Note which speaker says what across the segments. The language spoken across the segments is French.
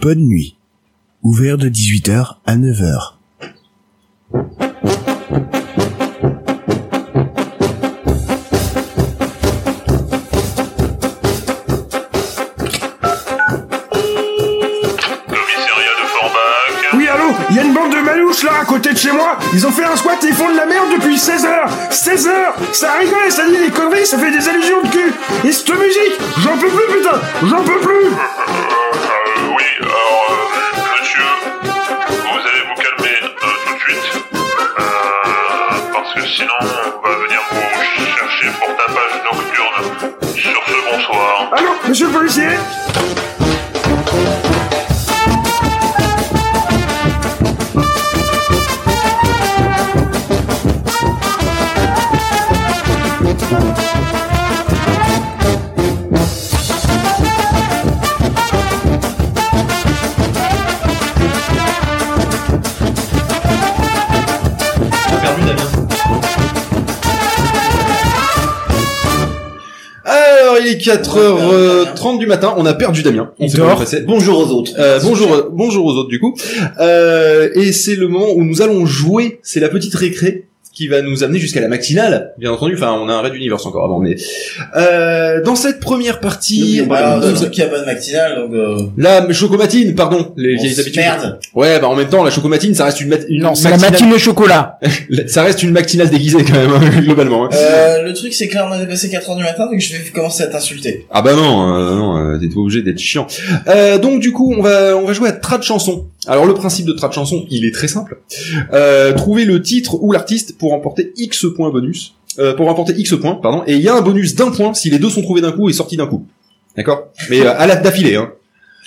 Speaker 1: Bonne nuit. Ouvert de 18h à 9h.
Speaker 2: Commissariat de Forbach.
Speaker 3: Oui, allô Il y a une bande de malouches là à côté de chez moi Ils ont fait un squat et ils font de la merde depuis 16 heures 16 heures Ça rigole, ça dit des conneries, ça fait des allusions de cul Et cette musique J'en peux plus putain J'en peux plus
Speaker 2: Euh, oui, alors, euh, monsieur, vous allez vous calmer euh, tout de suite. Euh, parce que sinon, on va venir vous chercher pour tapage nocturne. Sur ce, bonsoir.
Speaker 3: Allô, monsieur le policier
Speaker 4: Alors, il est 4h30 du matin, on a perdu Damien. On sait pas où Il passait.
Speaker 5: Bonjour aux autres.
Speaker 4: Euh, bonjour, euh, bonjour aux autres du coup. Euh, et c'est le moment où nous allons jouer. C'est la petite récré qui va nous amener jusqu'à la matinale, bien entendu. Enfin, on a un raid d'univers encore avant, mais euh, dans cette première partie,
Speaker 5: N'oublions pas
Speaker 4: euh,
Speaker 5: les
Speaker 4: nous-
Speaker 5: autres qui a bonne matinale, donc euh,
Speaker 4: la chocomatine, pardon, les
Speaker 5: on
Speaker 4: vieilles
Speaker 5: se
Speaker 4: habitudes.
Speaker 5: merde.
Speaker 4: Ouais, bah en même temps, la chocomatine, ça reste une, mat- une
Speaker 6: Non, c'est la
Speaker 4: matinale-
Speaker 6: matinée au chocolat.
Speaker 4: ça reste une matinale déguisée quand même hein, globalement. hein.
Speaker 5: Euh, le truc, c'est que là, on a dépassé 4 heures du matin, donc je vais commencer à t'insulter.
Speaker 4: Ah bah non, euh, non, euh, t'es pas obligé d'être chiant. Euh, donc du coup, on va on va jouer à Trat de chanson. Alors le principe de Trat de chanson, il est très simple. Euh, trouver le titre ou l'artiste pour remporter X points bonus. Euh, pour remporter X points, pardon. Et il y a un bonus d'un point si les deux sont trouvés d'un coup et sortis d'un coup. D'accord Mais euh, à la d'affilée. Hein.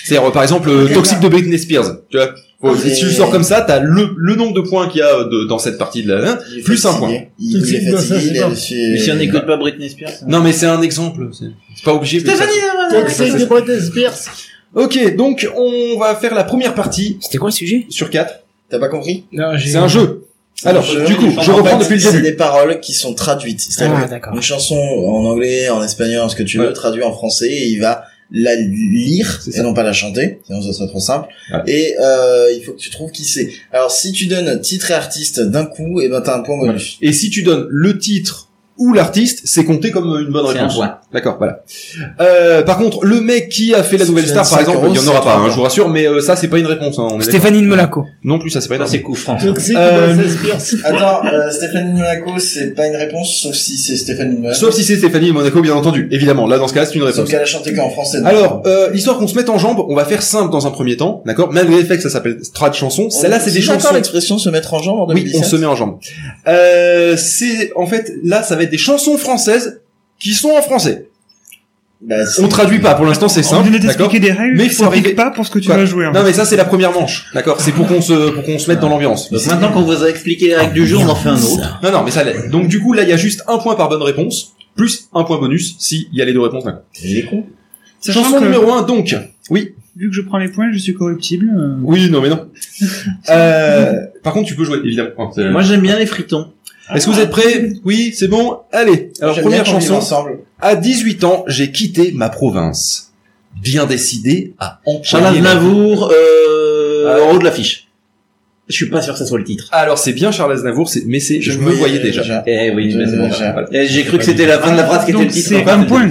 Speaker 4: C'est-à-dire euh, par exemple euh, Toxic de Britney Spears. Tu vois Faut- Si tu le sors comme ça, t'as le le nombre de points qu'il y a euh, de- dans cette partie de la. hein.
Speaker 5: Il est
Speaker 4: Plus
Speaker 5: fatigué.
Speaker 4: un point.
Speaker 5: Il, il est fatigué, il est fait...
Speaker 7: Mais si on n'écoute pas Britney Spears. ça-
Speaker 4: Non mais c'est un exemple. C'est c'est pas obligé. mais ça-
Speaker 8: hein,
Speaker 6: Toxic de Britney Spears.
Speaker 4: Ok, donc on va faire la première partie
Speaker 6: C'était quoi le sujet
Speaker 4: sur 4.
Speaker 5: T'as pas compris
Speaker 6: Non, j'ai-
Speaker 4: C'est un jeu. Alors,
Speaker 5: C'est un jeu.
Speaker 4: du coup, je
Speaker 5: En
Speaker 4: reprends
Speaker 5: fait,
Speaker 4: depuis le
Speaker 5: C'est
Speaker 4: début.
Speaker 5: des paroles qui sont traduites. C'est-à-dire
Speaker 6: Ah,
Speaker 5: que
Speaker 6: d'accord.
Speaker 5: une chanson en anglais, en espagnol, ce que tu veux,
Speaker 4: Ouais.
Speaker 5: traduit en français, et il va la lire
Speaker 4: C'est
Speaker 5: et
Speaker 4: ça.
Speaker 5: non pas la chanter, sinon ça serait trop simple.
Speaker 4: Ouais.
Speaker 5: Et euh, il faut que tu trouves qui c'est. Alors si tu donnes titre et artiste d'un coup, et ben t'as un point bonus.
Speaker 4: Et si tu donnes le titre ou l'artiste, c'est compté comme une bonne
Speaker 7: C'est un
Speaker 4: réponse.
Speaker 7: point.
Speaker 4: D'accord, voilà. Euh, par contre, le mec qui a fait la
Speaker 5: Si
Speaker 4: nouvelle
Speaker 5: tu
Speaker 4: star,
Speaker 5: donnes
Speaker 4: par
Speaker 5: cinq
Speaker 4: exemple,
Speaker 5: euros,
Speaker 4: il y en
Speaker 5: c'est
Speaker 4: aura pas,
Speaker 5: trois
Speaker 4: hein,
Speaker 5: points.
Speaker 4: je vous rassure, mais euh, ça c'est pas une réponse. Hein, on est d'accord.
Speaker 6: Stéphanie de Monaco.
Speaker 4: Non plus, ça c'est pas une
Speaker 7: Ça,
Speaker 4: réponse.
Speaker 7: c'est coup franc.
Speaker 6: Toxic
Speaker 4: Euh,
Speaker 6: Spears.
Speaker 5: Attends, euh, Stéphanie Monaco, c'est pas une réponse, sauf si c'est Stéphanie Monaco.
Speaker 4: Sauf si c'est Stéphanie et Monaco, bien entendu. Évidemment, là dans ce cas, c'est une
Speaker 5: Sauf
Speaker 4: réponse.
Speaker 5: qu'elle a chanté qu'en français. donc.
Speaker 4: Alors, euh, l'histoire qu'on se mette en jambe, on va faire simple dans un premier temps, d'accord Malgré le fait que ça s'appelle trad chanson,
Speaker 5: Oh, On-
Speaker 4: celle-là c'est des
Speaker 5: J'entends
Speaker 4: chansons.
Speaker 5: l'expression se mettre en jambe en
Speaker 4: Oui,
Speaker 5: 2017.
Speaker 4: on se met en jambe. Euh, c'est en fait là, ça va être des chansons françaises qui sont en français.
Speaker 5: Bah, c'est-
Speaker 4: On traduit pas pour l'instant, c'est
Speaker 8: On
Speaker 4: simple.
Speaker 8: vient de
Speaker 4: Euh, D'accord.
Speaker 8: t'expliquer des règles,
Speaker 4: Mais
Speaker 8: mais
Speaker 4: il faut
Speaker 8: faut
Speaker 4: arriver-
Speaker 8: pas pour ce que tu
Speaker 4: Quoi
Speaker 8: vas
Speaker 3: hein.
Speaker 8: jouer. en
Speaker 4: Non mais ça c'est la première manche, d'accord. C'est pour qu'on se pour qu'on se mette dans l'ambiance.
Speaker 7: Donc maintenant qu'on vous a expliqué les règles du jeu, on en fait un autre.
Speaker 4: Non non mais ça l'est. Donc du coup là il y a juste un point par bonne réponse plus un point bonus si il y a les deux réponses. d'accord.
Speaker 5: Il est con.
Speaker 8: Sachant
Speaker 4: Chanson
Speaker 8: que-
Speaker 4: numéro un donc.
Speaker 8: Vu que je prends les points, je suis corruptible. euh,
Speaker 4: Oui non mais non. Euh, par contre tu peux jouer évidemment. Hein, c'est-
Speaker 7: Moi, j'aime bien les fritons.
Speaker 4: Est-ce que vous êtes prêts Oui c'est bon. Allez alors
Speaker 5: J'aime
Speaker 4: première
Speaker 5: bien qu'on vive
Speaker 4: chanson.
Speaker 5: ensemble.
Speaker 4: À 18 ans j'ai quitté ma province. Bien décidé à
Speaker 7: Charles
Speaker 4: empoigner. ma-
Speaker 7: Aznavour, euh,
Speaker 4: Euh,
Speaker 7: en haut de l'affiche. Je suis pas sûr que ça soit le titre.
Speaker 4: Alors c'est bien Charles Aznavour, c'est- mais c'est je, me voyais déjà.
Speaker 7: Eh oui,
Speaker 5: Je
Speaker 7: mais c'est
Speaker 5: me
Speaker 7: bon.
Speaker 5: voyais.
Speaker 7: Voilà. Eh, J'ai cru que c'était la fin de la phrase qui était
Speaker 8: Donc
Speaker 7: le titre.
Speaker 8: c'est un point.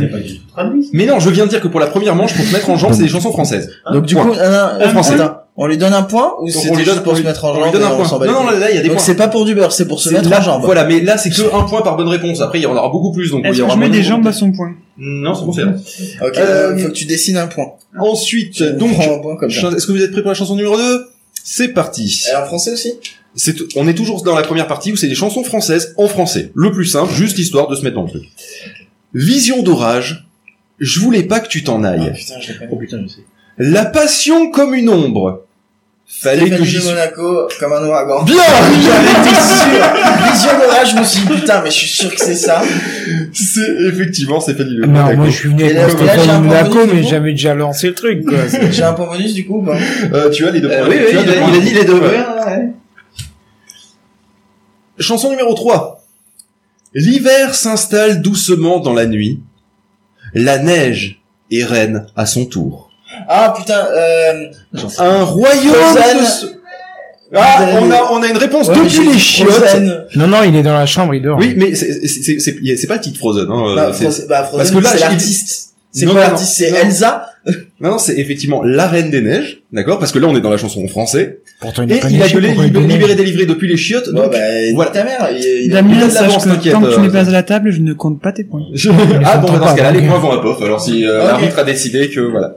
Speaker 4: Mais non, je viens de dire que pour la première manche, pour se mettre en jambe, c'est des chansons françaises.
Speaker 5: Donc du
Speaker 4: Point.
Speaker 5: coup, ah, non,
Speaker 4: En français.
Speaker 5: attends, on lui donne un point ou
Speaker 4: Donc,
Speaker 5: c'était juste pour
Speaker 4: on
Speaker 5: se
Speaker 4: lui-
Speaker 5: mettre en
Speaker 4: on lui
Speaker 5: jambe
Speaker 4: donne
Speaker 5: et
Speaker 4: un
Speaker 5: on s'en
Speaker 4: point.
Speaker 5: bat les
Speaker 4: Non, non,
Speaker 5: couilles
Speaker 4: là il y a des
Speaker 5: Donc
Speaker 4: points.
Speaker 5: c'est pas pour du beurre, c'est pour se
Speaker 4: C'est
Speaker 5: mettre
Speaker 4: là-
Speaker 5: en jambe.
Speaker 4: Voilà, mais là c'est que un point par bonne réponse. Après il y en aura beaucoup plus, donc il
Speaker 8: Est-ce
Speaker 4: y
Speaker 8: que
Speaker 4: aura
Speaker 8: je mets
Speaker 4: moins
Speaker 8: des
Speaker 4: de-
Speaker 8: jambes à son point
Speaker 4: Non, c'est bon, c'est bon.
Speaker 5: Ok,
Speaker 4: Euh,
Speaker 5: euh, faut que tu dessines un point.
Speaker 4: Ensuite,
Speaker 5: Tu
Speaker 4: donc,
Speaker 5: prends un point comme ça.
Speaker 4: cha- est-ce que vous êtes prêts pour la chanson numéro 2 C'est parti.
Speaker 5: Elle est en français aussi
Speaker 4: C'est, on est toujours dans la première partie où c'est des chansons françaises en français. Le plus simple, juste histoire de se mettre dans le truc. Vision d'orage. Je voulais pas que tu t'en ailles.
Speaker 5: Ah, putain, je l'ai pas
Speaker 7: Oh putain, je sais.
Speaker 4: La passion comme une ombre. Fallait que
Speaker 5: Stéphanie
Speaker 4: j'y
Speaker 5: de Monaco comme un ouragan.
Speaker 4: Bien
Speaker 6: Ah,
Speaker 5: J'avais été sûr Vision d'orage, je me suis dit putain, mais je suis sûr que c'est ça.
Speaker 4: C'est effectivement c'est Fanny Le
Speaker 6: Non, moi je suis venu
Speaker 5: Et là,
Speaker 6: avec
Speaker 5: là, j'ai un
Speaker 6: Stéphanie de Monaco,
Speaker 5: problème,
Speaker 6: mais
Speaker 5: c'est bon
Speaker 6: j'avais déjà lancé le truc. quoi.
Speaker 5: J'ai un point bonus du coup ou pas
Speaker 4: Euh, tu as les deux
Speaker 7: Euh,
Speaker 4: points.
Speaker 7: oui, oui,
Speaker 4: Tu
Speaker 7: il
Speaker 4: as
Speaker 7: a,
Speaker 4: deux points.
Speaker 7: il a dit les deux.
Speaker 4: Ouais.
Speaker 7: Ouais.
Speaker 4: Chanson numéro 3. L'hiver s'installe doucement dans la nuit. La neige est reine à son tour.
Speaker 5: Ah putain, euh...
Speaker 4: Un royaume
Speaker 5: Rosanne.
Speaker 4: de se- Ah, on a, on a une réponse
Speaker 5: ouais,
Speaker 4: depuis
Speaker 5: j'ai-
Speaker 4: les chiottes.
Speaker 5: Frozen.
Speaker 6: Non, non, il est dans la chambre, il dort.
Speaker 4: Oui, mais c'est- c'est c'est- c'est- c'est pas titre Frozen. Hein,
Speaker 5: Bah,
Speaker 4: euh, c'est-
Speaker 5: Frozen, bah, Frozen,
Speaker 4: parce que là,
Speaker 5: c'est
Speaker 4: j'ai-
Speaker 5: l'artiste. C'est
Speaker 4: Non,
Speaker 5: quoi
Speaker 4: non,
Speaker 5: l'artiste C'est
Speaker 4: non.
Speaker 5: Elsa
Speaker 4: Non, non, c'est effectivement la Reine des Neiges, d'accord Parce que là, on est dans la chanson en français.
Speaker 6: Pourtant, il
Speaker 4: Et
Speaker 6: est pas
Speaker 4: il a
Speaker 6: niché,
Speaker 4: gueulé
Speaker 6: pourquoi il
Speaker 4: libéré,
Speaker 6: donnait
Speaker 4: libéré, délivré depuis les chiottes.
Speaker 5: Ouais,
Speaker 4: Donc,
Speaker 5: bah, nique
Speaker 4: voilà.
Speaker 5: ta mère. il- il-
Speaker 4: il a
Speaker 8: Damien,
Speaker 4: de l'avance,
Speaker 8: sache que
Speaker 4: t'inquiète,
Speaker 8: tant que tu
Speaker 4: euh,
Speaker 8: n'es pas à la table, je ne compte pas tes points.
Speaker 4: ah
Speaker 6: s'entend
Speaker 4: bon, dans
Speaker 6: pas,
Speaker 4: ce cas-là, les
Speaker 6: donc,
Speaker 4: points vont à Pof. Alors si euh,
Speaker 5: Ok.
Speaker 4: l'arbitre a décidé que voilà.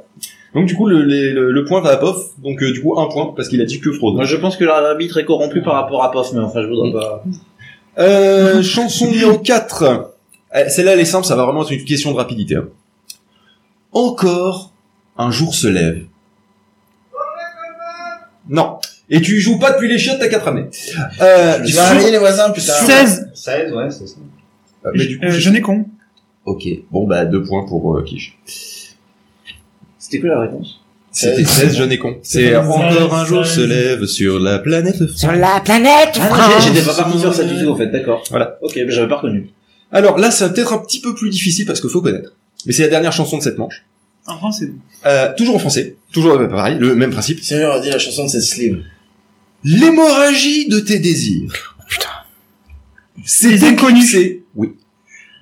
Speaker 4: Donc du coup, le, les- le, le point va à Pof. Donc euh, du coup, un point parce qu'il a dit que
Speaker 7: Moi,
Speaker 4: Frozen.
Speaker 7: je pense que l'arbitre est corrompu par rapport à POF, mais enfin, je voudrais pas.
Speaker 4: Euh, chanson numéro 4. Euh, Celle-là, elle est simple. Ça va vraiment être une question de rapidité. hein. Encore un jour se lève. Non. Et tu joues pas depuis les chiottes, t'as 4 années. Euh,
Speaker 5: Tu
Speaker 4: sur-
Speaker 5: vas réveiller les voisins, putain.
Speaker 8: 16
Speaker 7: 16, ouais, c'est ça.
Speaker 4: Euh, Ah, mais du coup,
Speaker 8: Euh,
Speaker 4: je-
Speaker 8: Je n'ai con.
Speaker 4: Ok. Bon bah deux points pour euh, Quiche.
Speaker 7: C'était quoi la réponse
Speaker 4: C'était 16 jeunes et con. Euh, C'est encore un jour se lève sur la planète
Speaker 9: Sur la planète
Speaker 7: Ah, non, j'ai- j'étais pas parti sur ça du tout, en fait, d'accord.
Speaker 4: Voilà.
Speaker 7: Ok, mais j'avais pas reconnu.
Speaker 4: Alors là, ça va peut-être un petit peu plus difficile parce qu'il faut connaître. Mais c'est la dernière chanson de cette manche.
Speaker 8: En français.
Speaker 4: Euh, toujours en français, toujours euh, pareil, le même principe.
Speaker 5: Si on aurait dit la chanson de cette Slim.
Speaker 4: L'hémorragie de tes désirs.
Speaker 8: Oh,
Speaker 4: Putain. C'est inconnu. Oui.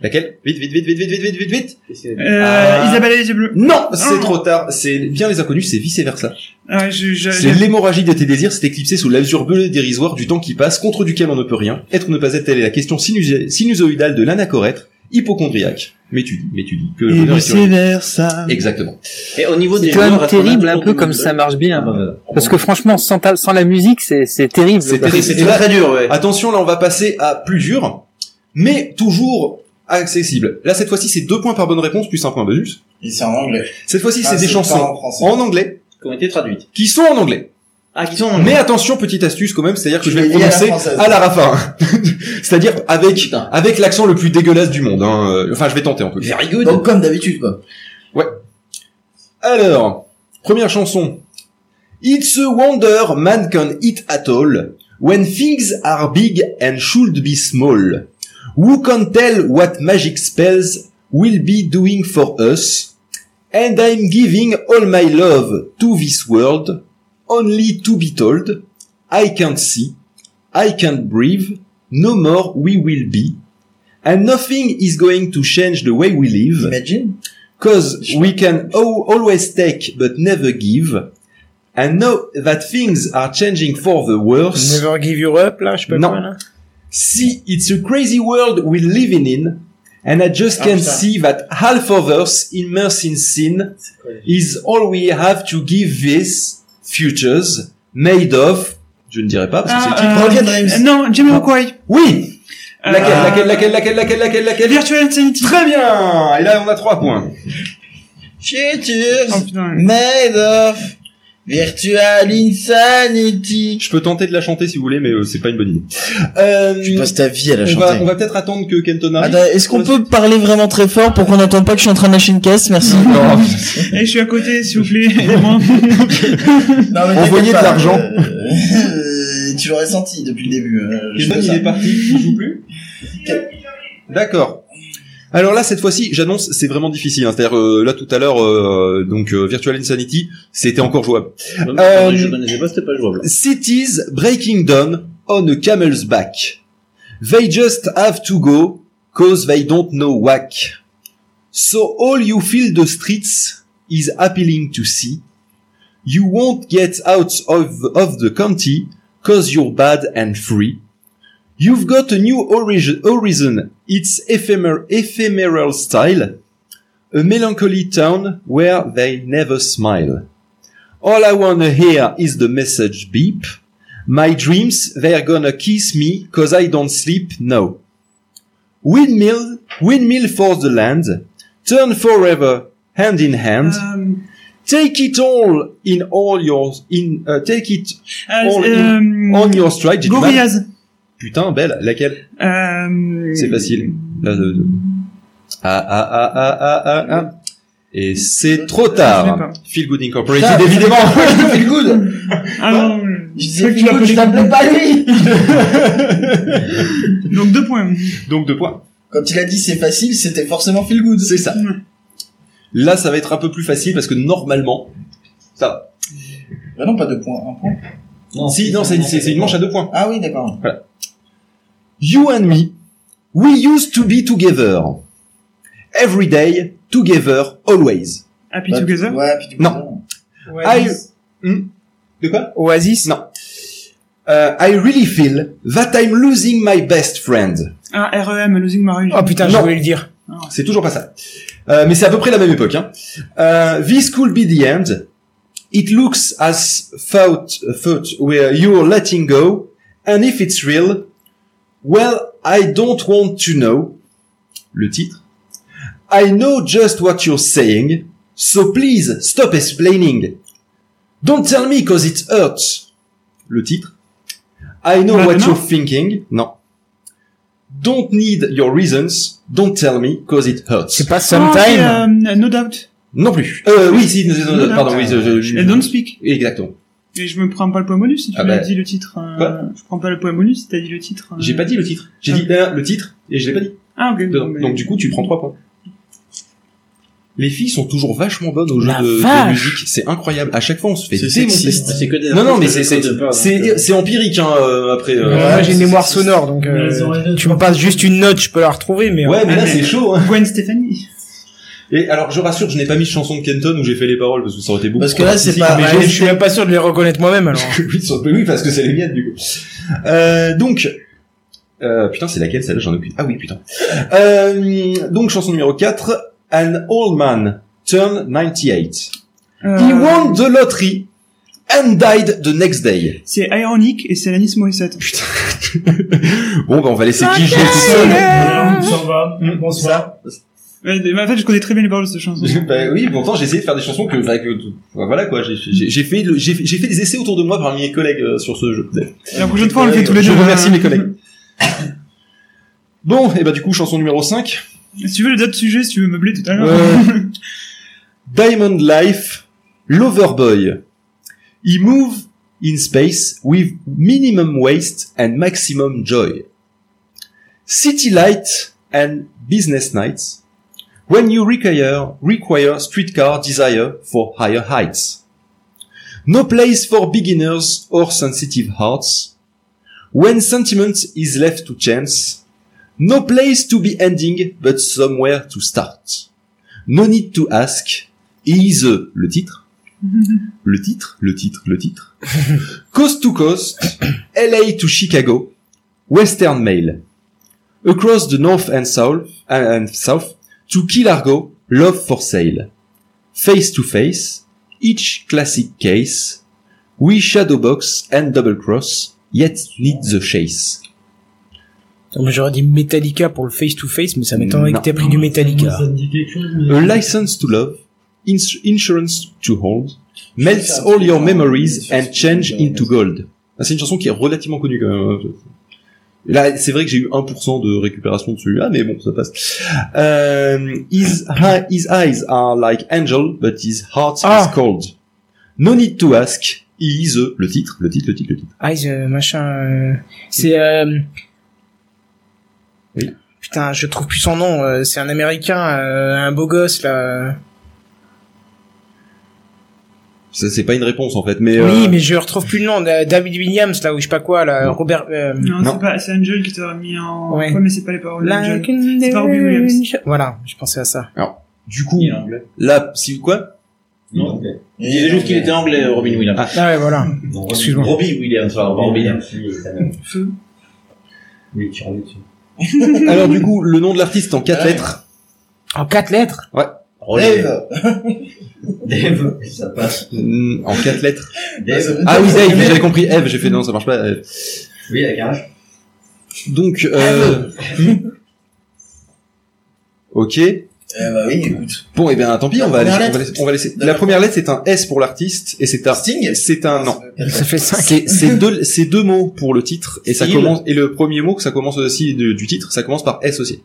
Speaker 4: Laquelle Vite, vite, vite, vite, vite, vite, vite, vite, vite. Ah.
Speaker 8: Euh, Isabelle et les yeux bleus.
Speaker 4: Non, c'est
Speaker 8: Ah.
Speaker 4: trop tard. C'est bien les inconnus, c'est vice versa.
Speaker 8: Ah, je, je,
Speaker 4: C'est
Speaker 8: je-
Speaker 4: l'hémorragie de tes désirs, c'est éclipsé sous l'azur bleu et dérisoire du temps qui passe, contre duquel on ne peut rien. Être ou ne pas être, telle est la question sinusé- sinusoïdale de l'anachorètre, hypochondriaque. Mais tu dis, mais tu dis que...
Speaker 8: Et
Speaker 4: l'honneur est sur lui.
Speaker 8: vice-versa.
Speaker 4: Exactement.
Speaker 7: Et au niveau des
Speaker 9: C'est quand même
Speaker 7: joueurs, est-ce qu'on a
Speaker 9: terrible,
Speaker 7: toujours
Speaker 9: un peu
Speaker 7: du
Speaker 9: comme
Speaker 7: monde
Speaker 9: ça marche bien.
Speaker 7: Ah, bah, voilà.
Speaker 9: Parce que franchement, sans, ta- sans la musique, c'est c'est terrible.
Speaker 4: C'est
Speaker 9: quoi.
Speaker 4: terrible.
Speaker 7: C'est
Speaker 4: Et là-
Speaker 7: très, très dur, ouais.
Speaker 4: Attention, là on va passer à plus dur, mais toujours accessible. Là cette fois-ci c'est deux points par bonne réponse plus un point bonus.
Speaker 5: Et c'est en anglais.
Speaker 4: Cette fois-ci
Speaker 5: Ah,
Speaker 4: c'est des
Speaker 5: pas
Speaker 4: chansons
Speaker 5: en français.
Speaker 4: en anglais
Speaker 7: Qui ont été traduites.
Speaker 4: qui sont en anglais.
Speaker 7: Ah, qui sont en
Speaker 4: Mais attention, petite astuce quand même, c'est-à-dire que
Speaker 5: Tu
Speaker 4: je vais
Speaker 5: les lis à la
Speaker 4: prononcer
Speaker 5: française.
Speaker 4: à la Rafa, c'est-à-dire avec
Speaker 7: Putain.
Speaker 4: avec l'accent le plus dégueulasse du monde. hein. Euh, Enfin, je vais tenter un peu.
Speaker 7: Very good.
Speaker 5: Donc comme d'habitude quoi.
Speaker 4: Alors, première chanson. It's a wonder man can eat at all when things are big and should be small. Who can tell what magic spells will be doing for us? And I'm giving all my love to this world, only to be told. I can't see, I can't breathe, no more we will be. And nothing is going to change the way we live.
Speaker 5: Imagine.
Speaker 4: Cause we can al- always take but never give. And know that things are changing for the worse.
Speaker 6: Never give you up, là, je peux
Speaker 4: Non.
Speaker 6: pas, là.
Speaker 4: See, it's a crazy world we're living in. And I just
Speaker 5: Ah,
Speaker 4: can
Speaker 5: putain.
Speaker 4: see that half of us immersed in sin is all we have to give this futures made of. Je ne dirais pas parce que c'est le titre.
Speaker 8: Ah,
Speaker 5: Broken Dreams.
Speaker 8: Non,
Speaker 4: Ah.
Speaker 8: Jamiroquai.
Speaker 4: Oui!
Speaker 8: Euh,
Speaker 4: Laquelle, laquelle, laquelle, laquelle, laquelle, laquelle, laquelle?
Speaker 8: Virtual Insanity.
Speaker 4: Très bien! Et là, on a trois points.
Speaker 8: Oh
Speaker 4: Oh,
Speaker 5: Futures
Speaker 8: putain.
Speaker 5: made of virtual insanity.
Speaker 4: Je peux tenter de la chanter si vous voulez, mais euh, c'est pas une bonne idée. Euh,
Speaker 5: Tu passes ta vie à la
Speaker 4: on va, on
Speaker 5: chanter.
Speaker 4: va peut-être attendre que Kenton arrive.
Speaker 5: Attends, est-ce qu'on peut parler vraiment très fort pour qu'on n'entende pas que je suis en train de lâcher une caisse Merci.
Speaker 4: Non.
Speaker 8: Et Eh, je suis à côté, s'il vous plaît. Euh, aidez-moi.
Speaker 5: Non, mais
Speaker 4: Envoyez
Speaker 5: t'inquiète
Speaker 4: de
Speaker 5: pas,
Speaker 4: l'argent.
Speaker 5: euh, tu l'aurais senti depuis le début. euh, je
Speaker 4: Kenton,
Speaker 5: fais
Speaker 4: il
Speaker 5: ça.
Speaker 4: est parti, il joue plus. D'accord. Alors là, cette fois-ci, j'annonce, c'est vraiment difficile. hein. C'est-à-dire euh, là tout à l'heure, euh, donc euh, Virtual Insanity, c'était encore jouable.
Speaker 7: Non,
Speaker 4: Euh,
Speaker 7: Je connaissais pas, c'était pas jouable.
Speaker 4: Cities breaking down on a camel's back. They just have to go, cause they don't know whack. So all you feel the streets is appealing to see. You won't get out of, of the county, cause you're bad and free. You've got a new origi- horizon, it's ephemer- ephemeral style. A melancholy town where they never smile. All I wanna hear is the message beep. My dreams, they're gonna kiss me, cause I don't sleep, no. Windmill, windmill for the land. Turn forever, hand in hand.
Speaker 6: Ah.
Speaker 8: Euh,
Speaker 4: Take it all in all your, in, uh, take it
Speaker 8: euh,
Speaker 4: All
Speaker 8: euh,
Speaker 4: on your stride. J'ai du mal.
Speaker 8: Gorillaz.
Speaker 4: Putain, belle, laquelle?
Speaker 8: Euh,
Speaker 4: C'est facile. Là, de- de- Ah, ah, ah, ah, ah, ah, ah. Et c'est trop
Speaker 8: Je sais pas.
Speaker 4: tard. Feel Good Incorporated,
Speaker 5: Putain,
Speaker 4: évidemment.
Speaker 5: Feel good.
Speaker 8: Ah non,
Speaker 5: Je
Speaker 8: c'est
Speaker 5: disais
Speaker 8: vrai que tu
Speaker 5: feel
Speaker 8: l'as
Speaker 5: good, je t'appelais
Speaker 8: connu.
Speaker 5: pas lui.
Speaker 8: Donc deux points.
Speaker 4: Donc deux points.
Speaker 5: Quand il a dit c'est facile, c'était forcément feel good.
Speaker 4: C'est ça. Là, ça va être un peu plus facile parce que normalement, Ça.
Speaker 5: Bah non, pas deux points, un point.
Speaker 4: si, non, c'est c'est- c'est une manche à deux points.
Speaker 5: Ah oui, d'accord.
Speaker 4: You and me, we used to be together. Every day, together, always.
Speaker 8: Happy
Speaker 5: Bah,
Speaker 8: Together
Speaker 5: Ouais, puis
Speaker 4: Non.
Speaker 5: together.
Speaker 4: Oasis. De quoi
Speaker 6: Oasis
Speaker 4: Non. Euh, I really feel that I'm losing my best friend.
Speaker 8: Ah, REM, Losing My Religion.
Speaker 6: Oh putain, je
Speaker 4: Non.
Speaker 6: voulais le dire.
Speaker 4: C'est toujours pas ça. Euh, mais c'est à peu près la même époque. Hein. Euh, this could be the end. It looks as thought, thought where you're letting go. And if it's real, well, I don't want to know. Le titre. I know just what you're saying. So please stop explaining. Don't tell me cause it hurts. Le titre. I know what
Speaker 8: Madonna?
Speaker 4: you're thinking. Non. Don't need your reasons. Don't tell me cause it hurts.
Speaker 6: C'est pas
Speaker 8: Ah, et,
Speaker 6: Sometime
Speaker 8: euh, no Doubt.
Speaker 4: Non plus. Euh, oui, si, non, non, non, pardon, oui, je, je,
Speaker 8: Et Don't Speak.
Speaker 4: Exactement.
Speaker 8: Et je me prends pas le point bonus si tu
Speaker 4: Ah
Speaker 8: m'as
Speaker 4: bah.
Speaker 8: dit le titre. euh,
Speaker 4: Quoi
Speaker 8: je prends pas le point bonus si t'as dit le titre. euh.
Speaker 4: J'ai pas dit le titre. J'ai
Speaker 8: Ah.
Speaker 4: dit euh, le titre et je l'ai pas dit.
Speaker 8: Ah, ok.
Speaker 4: dedans.
Speaker 8: bon, mais-
Speaker 4: Donc du coup, tu prends trois points. Les filles sont toujours vachement bonnes au jeu
Speaker 9: La
Speaker 4: de, de
Speaker 9: vache
Speaker 4: musique. C'est incroyable. À chaque fois, on se fait
Speaker 5: C'est
Speaker 4: démonter.
Speaker 5: sexiste.
Speaker 7: C'est que des
Speaker 4: Non, non, mais
Speaker 7: infos
Speaker 4: c'est
Speaker 7: que
Speaker 4: c'est
Speaker 7: je connais pas,
Speaker 4: c'est
Speaker 7: donc,
Speaker 4: c'est empirique hein, euh, après. euh.
Speaker 6: Euh, Moi j'ai une
Speaker 5: c'est-
Speaker 6: mémoire
Speaker 5: c'est-
Speaker 6: sonore, donc euh,
Speaker 7: Mais ils ont raison.
Speaker 6: tu me passes juste une note, je peux la retrouver, mais...
Speaker 4: Ouais, mais là
Speaker 8: Ah,
Speaker 4: c'est
Speaker 8: mais-
Speaker 4: chaud. hein.
Speaker 8: Gwen Stefani.
Speaker 4: Et alors, je rassure, je n'ai pas mis chanson de Kenton où j'ai fait les paroles parce que ça aurait été beaucoup.
Speaker 5: Parce que là,
Speaker 4: trop
Speaker 5: c'est
Speaker 4: artistique,
Speaker 5: pas-
Speaker 4: mais
Speaker 9: Bah,
Speaker 6: Ouais,
Speaker 4: j'ai-
Speaker 6: je suis même pas sûr de les reconnaître moi-même, alors.
Speaker 4: oui, sur- oui, parce que c'est les miennes, du coup. Euh, donc, euh, putain, c'est laquelle celle-là J'en ai aucune. Ah oui, putain. Euh, donc, chanson numéro 4, An Old Man Turned 98.
Speaker 8: Euh,
Speaker 4: He won the lottery and died the next day.
Speaker 8: C'est Ironic et c'est Lanis Morissette. Putain.
Speaker 4: Bon, ben, on va laisser piger tout seul.
Speaker 8: Ouais,
Speaker 10: On s'en va. Bonsoir.
Speaker 8: mais en fait, je connais très bien les paroles de cette chanson.
Speaker 4: Ben oui, pourtant j'ai essayé de faire des chansons que, enfin, que enfin, voilà quoi, j'ai- j'ai j'ai fait le- j'ai j'ai fait des essais autour de moi parmi mes collègues euh, sur ce jeu.
Speaker 8: La prochaine fois, on le fait tous les
Speaker 4: Je
Speaker 8: deux.
Speaker 4: remercie
Speaker 8: euh,
Speaker 4: mes collègues. Bon, et ben du coup chanson numéro 5.
Speaker 8: Si tu veux les autres sujets, si tu veux meubler tout à l'heure.
Speaker 4: Euh, Diamond Life, Loverboy. He move in space with minimum waste and maximum joy. City light and business nights. When you require, require streetcar desire for higher heights. No place for beginners or sensitive hearts. When sentiment is left to chance. No place to be ending but somewhere to start. No need to ask is le titre, le titre, le titre, le titre. coast to coast, LA to Chicago, Western Mail. Across the North and South, uh, and south to Key Largo, Love for Sale. Face to face, each classic case. We shadow box and double cross, yet need the chase.
Speaker 6: Non, mais J'aurais dit Metallica pour le face-to-face, mais ça m'étonnerait que
Speaker 4: Non.
Speaker 6: t'aies pris du Metallica.
Speaker 10: Ça me dit quelque chose,
Speaker 4: A
Speaker 10: mais...
Speaker 4: license to love, ins- insurance to hold, melts all your memories and change into gold. Ah, c'est une chanson qui est relativement connue quand même. hein. Là, c'est vrai que j'ai eu 1% de récupération de celui-là, mais bon, ça passe. Euh, his, hi- his eyes are like angel, but his heart
Speaker 6: Ah.
Speaker 4: is cold. No need to ask, he is a- le titre, le titre, le titre, le titre.
Speaker 6: Ah, ils, euh, machin... euh, c'est... euh,
Speaker 4: Oui.
Speaker 6: Putain, je trouve plus son nom. euh, c'est un Américain, euh, un beau gosse, là.
Speaker 4: Ça, c'est pas une réponse en fait, mais.
Speaker 6: Oui,
Speaker 4: euh,
Speaker 6: mais je retrouve plus le nom. euh, David Williams, là, ou je sais pas quoi, là.
Speaker 4: Non.
Speaker 6: Robert... euh,
Speaker 8: Non,
Speaker 4: non.
Speaker 8: c'est pas, c'est Angel qui t'a mis en.
Speaker 6: Ouais.
Speaker 8: Ouais, mais c'est pas les paroles. d'Angel.
Speaker 6: Like an
Speaker 8: C'est pas Robbie Williams.
Speaker 6: angel. Voilà, je pensais à ça.
Speaker 4: Du coup,
Speaker 7: Il est anglais.
Speaker 4: là, si quoi
Speaker 7: Non, ok. Je disais juste qu'il était anglais, Robin Williams.
Speaker 4: Ah.
Speaker 6: Ah ouais, voilà.
Speaker 7: Non,
Speaker 6: excuse-moi.
Speaker 7: Robbie Williams, pardon, Robin Williams.
Speaker 8: Feu.
Speaker 7: Oui, tu en es dessus.
Speaker 4: Alors du coup, le nom de l'artiste en quatre lettres.
Speaker 6: En quatre lettres
Speaker 7: Roger.
Speaker 5: Dave.
Speaker 7: Dave. Ça passe.
Speaker 4: Mm, en quatre lettres.
Speaker 7: Dave.
Speaker 4: Ah oui, Dave, mais j'avais compris Eve, j'ai fait non, ça marche pas. Ève.
Speaker 7: Oui, avec un H.
Speaker 4: Donc, euh... ok.
Speaker 5: Eh bah oui, écoute.
Speaker 4: Bon, et eh bien, tant pis,
Speaker 5: La
Speaker 4: on va,
Speaker 5: première
Speaker 4: laisser, on va
Speaker 5: lettre.
Speaker 4: laisser- on va laisser- La
Speaker 5: D'accord.
Speaker 4: première lettre, c'est un S pour l'artiste, et c'est un.
Speaker 5: Sting
Speaker 4: C'est un non.
Speaker 6: Ça fait cinq.
Speaker 4: C'est c'est deux, c'est deux mots pour le titre, et ça
Speaker 7: Seal.
Speaker 4: commence. Et le premier mot que ça commence aussi de- du titre, ça commence par S aussi.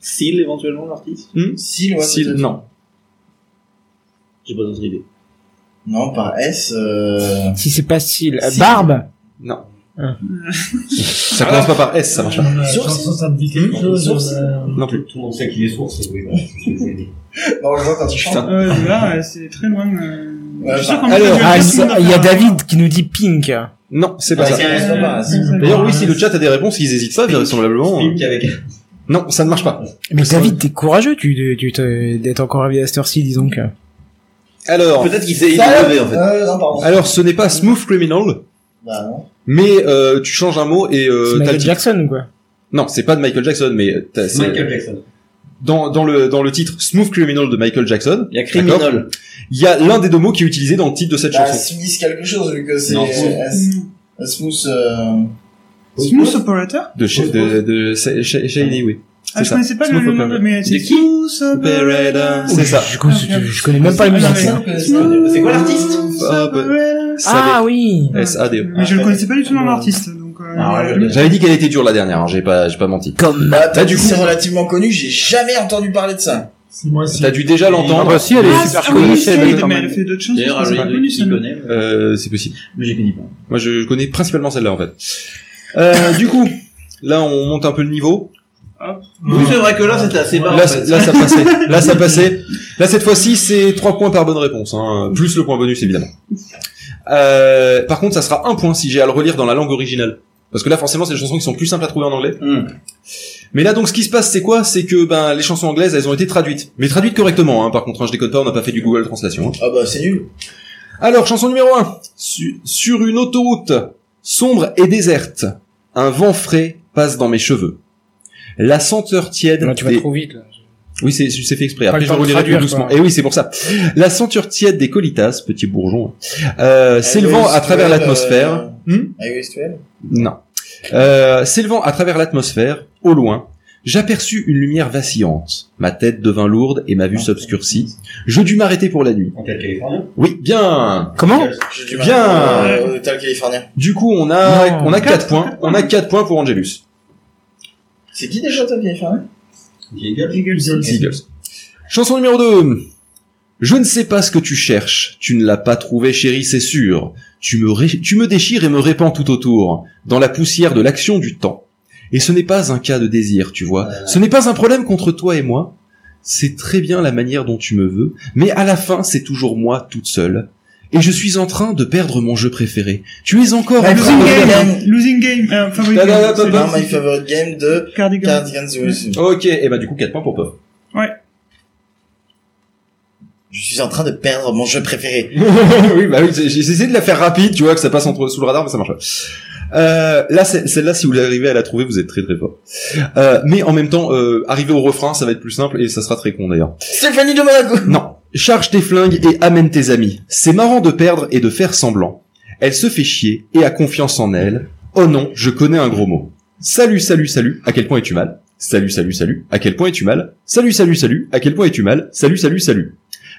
Speaker 7: Seal, éventuellement, l'artiste
Speaker 5: Seal, ouais,
Speaker 4: Seal,
Speaker 5: peut-être.
Speaker 4: non.
Speaker 7: J'ai pas d'autre idée.
Speaker 5: Non, par S, euh...
Speaker 6: Si c'est pas style.
Speaker 5: Si.
Speaker 6: Barbe
Speaker 4: Non.
Speaker 6: Ah.
Speaker 4: ça commence pas par S, ça marche pas.
Speaker 10: La
Speaker 5: Sourcil.
Speaker 10: chanson, ça me dit quelque
Speaker 4: Hmm.
Speaker 10: chose.
Speaker 5: Sourcil.
Speaker 10: euh,
Speaker 4: Non plus.
Speaker 7: Tout le monde sait qu'il est source, oui, bah, je sais
Speaker 5: Non, je vois quand tu chantes.
Speaker 8: Ouais, là, c'est très loin. euh,
Speaker 5: Ouais,
Speaker 8: suis sûr
Speaker 5: bah,
Speaker 8: qu'on-
Speaker 4: Alors,
Speaker 8: Ah,
Speaker 6: il y a David qui nous dit Pink.
Speaker 4: non, c'est pas
Speaker 5: bah,
Speaker 4: ça.
Speaker 5: tiens, c'est pas mal, c'est-
Speaker 4: D'ailleurs, oui, si le chat a des réponses, ils hésitent pas, vraisemblablement. hein.
Speaker 7: Pink avec.
Speaker 4: Non, ça ne marche pas.
Speaker 6: Mais David, t'es courageux, tu, tu te- d'être encore arrivé à cette heure-ci, disons
Speaker 4: Euh,
Speaker 6: que.
Speaker 4: Alors,
Speaker 7: Peut-être qu'il s'est il
Speaker 5: Ça-
Speaker 7: est levé, en fait.
Speaker 5: Euh, non, pardon.
Speaker 4: alors, ce n'est pas Smooth Criminal,
Speaker 5: Bah, non.
Speaker 4: mais euh, tu changes un mot et
Speaker 6: c'est
Speaker 4: euh, t'as le
Speaker 6: Michael
Speaker 4: titre.
Speaker 6: Jackson ou quoi
Speaker 4: Non, c'est pas de Michael Jackson, mais t'as- c'est-
Speaker 7: Michael Jackson.
Speaker 4: dans, dans le dans le titre Smooth Criminal de Michael Jackson,
Speaker 7: Il y a
Speaker 4: D'accord.
Speaker 7: criminel.
Speaker 4: il y a l'un des deux mots qui est utilisé dans le titre de cette
Speaker 5: Bah,
Speaker 4: chanson.
Speaker 5: Smith quelque chose, vu que c'est...
Speaker 7: Non,
Speaker 5: euh, S- Smooth... euh,
Speaker 8: Smooth Operator
Speaker 4: De chez de, de, Sha- Sha- Shady, oui.
Speaker 8: Ah,
Speaker 4: C'est
Speaker 8: je
Speaker 4: ça.
Speaker 8: connaissais pas le-
Speaker 4: Smooth
Speaker 8: le nom de...
Speaker 4: Operator.
Speaker 8: Mais c'est euh,
Speaker 4: De
Speaker 8: Smooth Operator.
Speaker 4: C'est ça.
Speaker 6: Je, con- je- je connais même pas la
Speaker 8: Ah,
Speaker 6: musique.
Speaker 8: ouais.
Speaker 6: hein.
Speaker 7: C'est quoi l'artiste
Speaker 4: Ah, bah,
Speaker 6: Ah oui
Speaker 4: S-A-D-E.
Speaker 8: Mais je le connaissais pas du tout dans l'artiste, donc... euh,
Speaker 7: Ah, ouais,
Speaker 8: je-
Speaker 7: je l'ai.
Speaker 4: E. J'avais dit qu'elle était dure la dernière, hein, j'ai pas j'ai pas menti.
Speaker 9: Comme.
Speaker 5: Bah,
Speaker 4: Bah, du
Speaker 5: du
Speaker 4: coup-
Speaker 5: coup, c'est relativement connu, j'ai jamais entendu parler de ça.
Speaker 10: Si, moi aussi.
Speaker 4: T'as dû déjà l'entendre.
Speaker 9: bah si, elle est
Speaker 8: Ah,
Speaker 9: super
Speaker 8: ah
Speaker 9: connue,
Speaker 8: oui,
Speaker 9: celle-là,
Speaker 8: oui,
Speaker 9: quand
Speaker 8: mais
Speaker 9: même.
Speaker 8: elle fait d'autres choses,
Speaker 7: D'ailleurs,
Speaker 8: c'est pas connu,
Speaker 7: je
Speaker 8: ça.
Speaker 7: le
Speaker 8: non.
Speaker 7: connais, mais
Speaker 4: Euh, c'est possible.
Speaker 7: je les connais pas.
Speaker 4: Moi, je connais principalement celle-là en fait. Euh, du coup, là, on monte un peu le niveau.
Speaker 7: Oui, c'est vrai que là, c'était assez bas.
Speaker 4: Là,
Speaker 7: en
Speaker 4: c'est-
Speaker 7: fait.
Speaker 4: là, ça passait. Là, ça passait. Là, cette fois-ci, c'est trois points par bonne réponse, hein, plus le point bonus évidemment. Euh, par contre, ça sera un point si j'ai à le relire dans la langue originale, parce que là, forcément, c'est des chansons qui sont plus simples à trouver en anglais.
Speaker 7: Hmm.
Speaker 4: Mais là, donc, ce qui se passe, c'est quoi C'est que ben, les chansons anglaises, elles ont été traduites, mais traduites correctement. Hein, par contre, hein, je déconne pas, on n'a pas fait du Google Translation. hein.
Speaker 5: Ah bah, c'est nul.
Speaker 4: Alors, chanson numéro 1. sur une autoroute sombre et déserte, un vent frais passe dans mes cheveux. La senteur tiède
Speaker 6: Non, tu vas
Speaker 4: des-
Speaker 6: trop vite là.
Speaker 4: Oui, c'est c'est fait exprès.
Speaker 6: Pas
Speaker 4: Après,
Speaker 6: le
Speaker 4: je
Speaker 6: temps de
Speaker 4: relirai plus
Speaker 6: traduire,
Speaker 4: doucement.
Speaker 6: quoi.
Speaker 4: Et oui, c'est pour ça. La senteur tiède des colitas, petits bourgeons, hein, euh, s'élevant
Speaker 5: Westwell,
Speaker 4: à travers l'atmosphère. Hmm
Speaker 5: Ah, Westwell
Speaker 4: non. Euh, S'élevant à travers l'atmosphère, au loin, j'aperçus une lumière vacillante. Ma tête devint lourde et ma vue s'obscurcit. Je dus m'arrêter pour la nuit.
Speaker 7: En tel californien.
Speaker 4: Oui, bien.
Speaker 6: Comment
Speaker 5: J'ai du
Speaker 4: Oh, Bien.
Speaker 5: Euh, Hôtel californien.
Speaker 4: Du coup, on a
Speaker 6: Non.
Speaker 4: on a 4 points, on a 4 points pour Angelus.
Speaker 5: C'est qui déjà Hôtel californien
Speaker 4: Eagles. Chanson numéro 2. Je ne sais pas ce que tu cherches, tu ne l'as pas trouvé chérie, c'est sûr. Tu me, ré- tu me déchires et me répands tout autour, dans la poussière de l'action du temps. Et ce n'est pas un cas de désir, tu vois. Ce n'est pas un problème contre toi et moi. C'est très bien la manière dont tu me veux, mais à la fin, c'est toujours moi toute seule. Et je suis en train de perdre mon jeu préféré. Tu es encore en train
Speaker 8: Losing
Speaker 4: de-
Speaker 5: Favorite
Speaker 8: Game
Speaker 5: Game.
Speaker 8: Losing Game euh, Favorite
Speaker 4: Ta- ta- ta-
Speaker 8: Game,
Speaker 4: ta-
Speaker 8: c'est Hmm.
Speaker 5: Non,
Speaker 8: le-
Speaker 5: my favorite game de
Speaker 8: Cardigan.
Speaker 5: Cardigans the
Speaker 8: Oh.
Speaker 5: Wizard.
Speaker 4: Ok, et bah du coup 4 points pour Pop.
Speaker 5: Je suis en train de perdre mon jeu préféré.
Speaker 4: oui, bah oui, j'ai j'ai essayé de la faire rapide, tu vois, que ça passe entre, sous le radar, mais ça marche pas. Euh, là, c'est- celle-là, si vous l'arrivez à la trouver, vous êtes très très fort. Euh, mais en même temps, euh, arriver au refrain, ça va être plus simple et ça sera très con d'ailleurs.
Speaker 5: Stéphanie de Monaco
Speaker 4: Non. Charge tes flingues et amène tes amis. C'est marrant de perdre et de faire semblant. Elle se fait chier et a confiance en elle. Oh non, je connais un gros mot. Salut, salut, salut, à quel point es-tu mal Salut, salut, salut, à quel point es-tu mal Salut, salut, salut, à quel point es-tu mal Salut, salut, salut.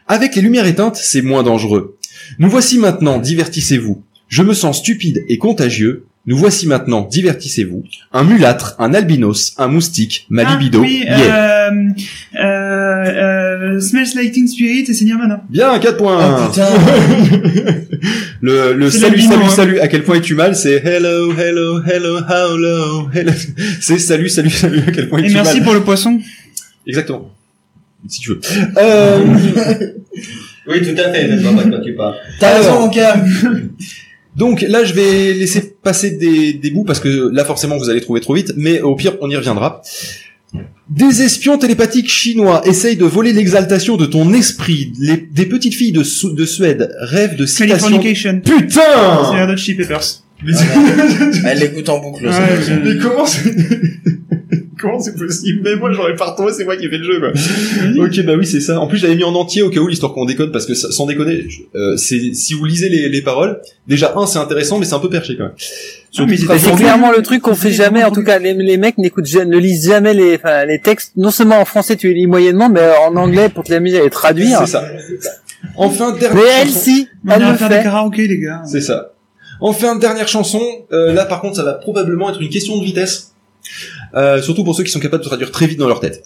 Speaker 4: Avec les lumières éteintes, c'est moins dangereux. Nous voici maintenant, divertissez-vous. Je me sens stupide et contagieux. Nous voici maintenant, divertissez-vous. Un mulâtre, un albinos, un moustique, ma
Speaker 8: Ah,
Speaker 4: libido.
Speaker 8: oui,
Speaker 4: yeah.
Speaker 8: euh, euh, euh, Smells Like Teen Spirit et Seigneur Mana.
Speaker 4: Bien, 4 points.
Speaker 5: Oh putain
Speaker 4: Le, le
Speaker 8: C'est
Speaker 4: salut,
Speaker 8: l'albino,
Speaker 4: salut,
Speaker 8: hein.
Speaker 4: salut, à quel point es-tu mal, c'est hello, hello, hello, how low, hello. C'est salut, salut, salut, à quel point
Speaker 8: Et
Speaker 4: es-tu
Speaker 8: merci
Speaker 4: mal.
Speaker 8: pour le poisson.
Speaker 4: Exactement. Si tu veux. Euh,
Speaker 7: Oui, tout à fait. Je vois pas de quoi tu parles.
Speaker 5: T'as raison
Speaker 4: Alors.
Speaker 5: mon gars
Speaker 4: donc là, je vais laisser passer des, des bouts parce que là, forcément, vous allez trouver trop vite, mais au pire, on y reviendra. Des espions télépathiques chinois essayent de voler l'exaltation de ton esprit. Les- des petites filles de, Sou- de Suède rêvent de citations.
Speaker 8: Californication. C'est
Speaker 4: Putain!
Speaker 8: Red Hot Chili Peppers.
Speaker 5: Elle l'écoute en boucle. ça.
Speaker 8: Ouais, je-
Speaker 4: Mais comment c'est... comment c'est possible Mais moi j'aurais pas retrouvé, c'est moi qui ai fait le jeu quoi. ok bah oui c'est ça. En plus j'avais mis en entier au cas où l'histoire qu'on déconne parce que ça- sans déconner, je- euh, c'est si vous lisez les, les paroles, déjà un c'est intéressant mais c'est un peu perché
Speaker 9: Ah,
Speaker 4: quand même. Surtout
Speaker 8: mais
Speaker 4: que
Speaker 8: c'est-
Speaker 4: ça
Speaker 9: Bah, c'est
Speaker 4: tourne-
Speaker 9: clairement le truc qu'on fait jamais. En tout cas, les, les mecs n'écoutent, ja- ne lisent jamais les, enfin, les textes. Non seulement en français, tu les lis moyennement, mais euh, en anglais pour te l'amuser à les traduire.
Speaker 4: C'est ça. Enfin
Speaker 9: Mais
Speaker 4: dernière.
Speaker 9: elle,
Speaker 4: chanson.
Speaker 9: si,
Speaker 8: On
Speaker 9: elle
Speaker 8: ira
Speaker 9: le
Speaker 8: faire des
Speaker 9: fait.
Speaker 8: karaokés, les gars.
Speaker 4: C'est ça. Enfin dernière chanson. Euh, là par contre ça va probablement être une question de vitesse. Euh, surtout pour ceux qui sont capables de traduire très vite dans leur tête.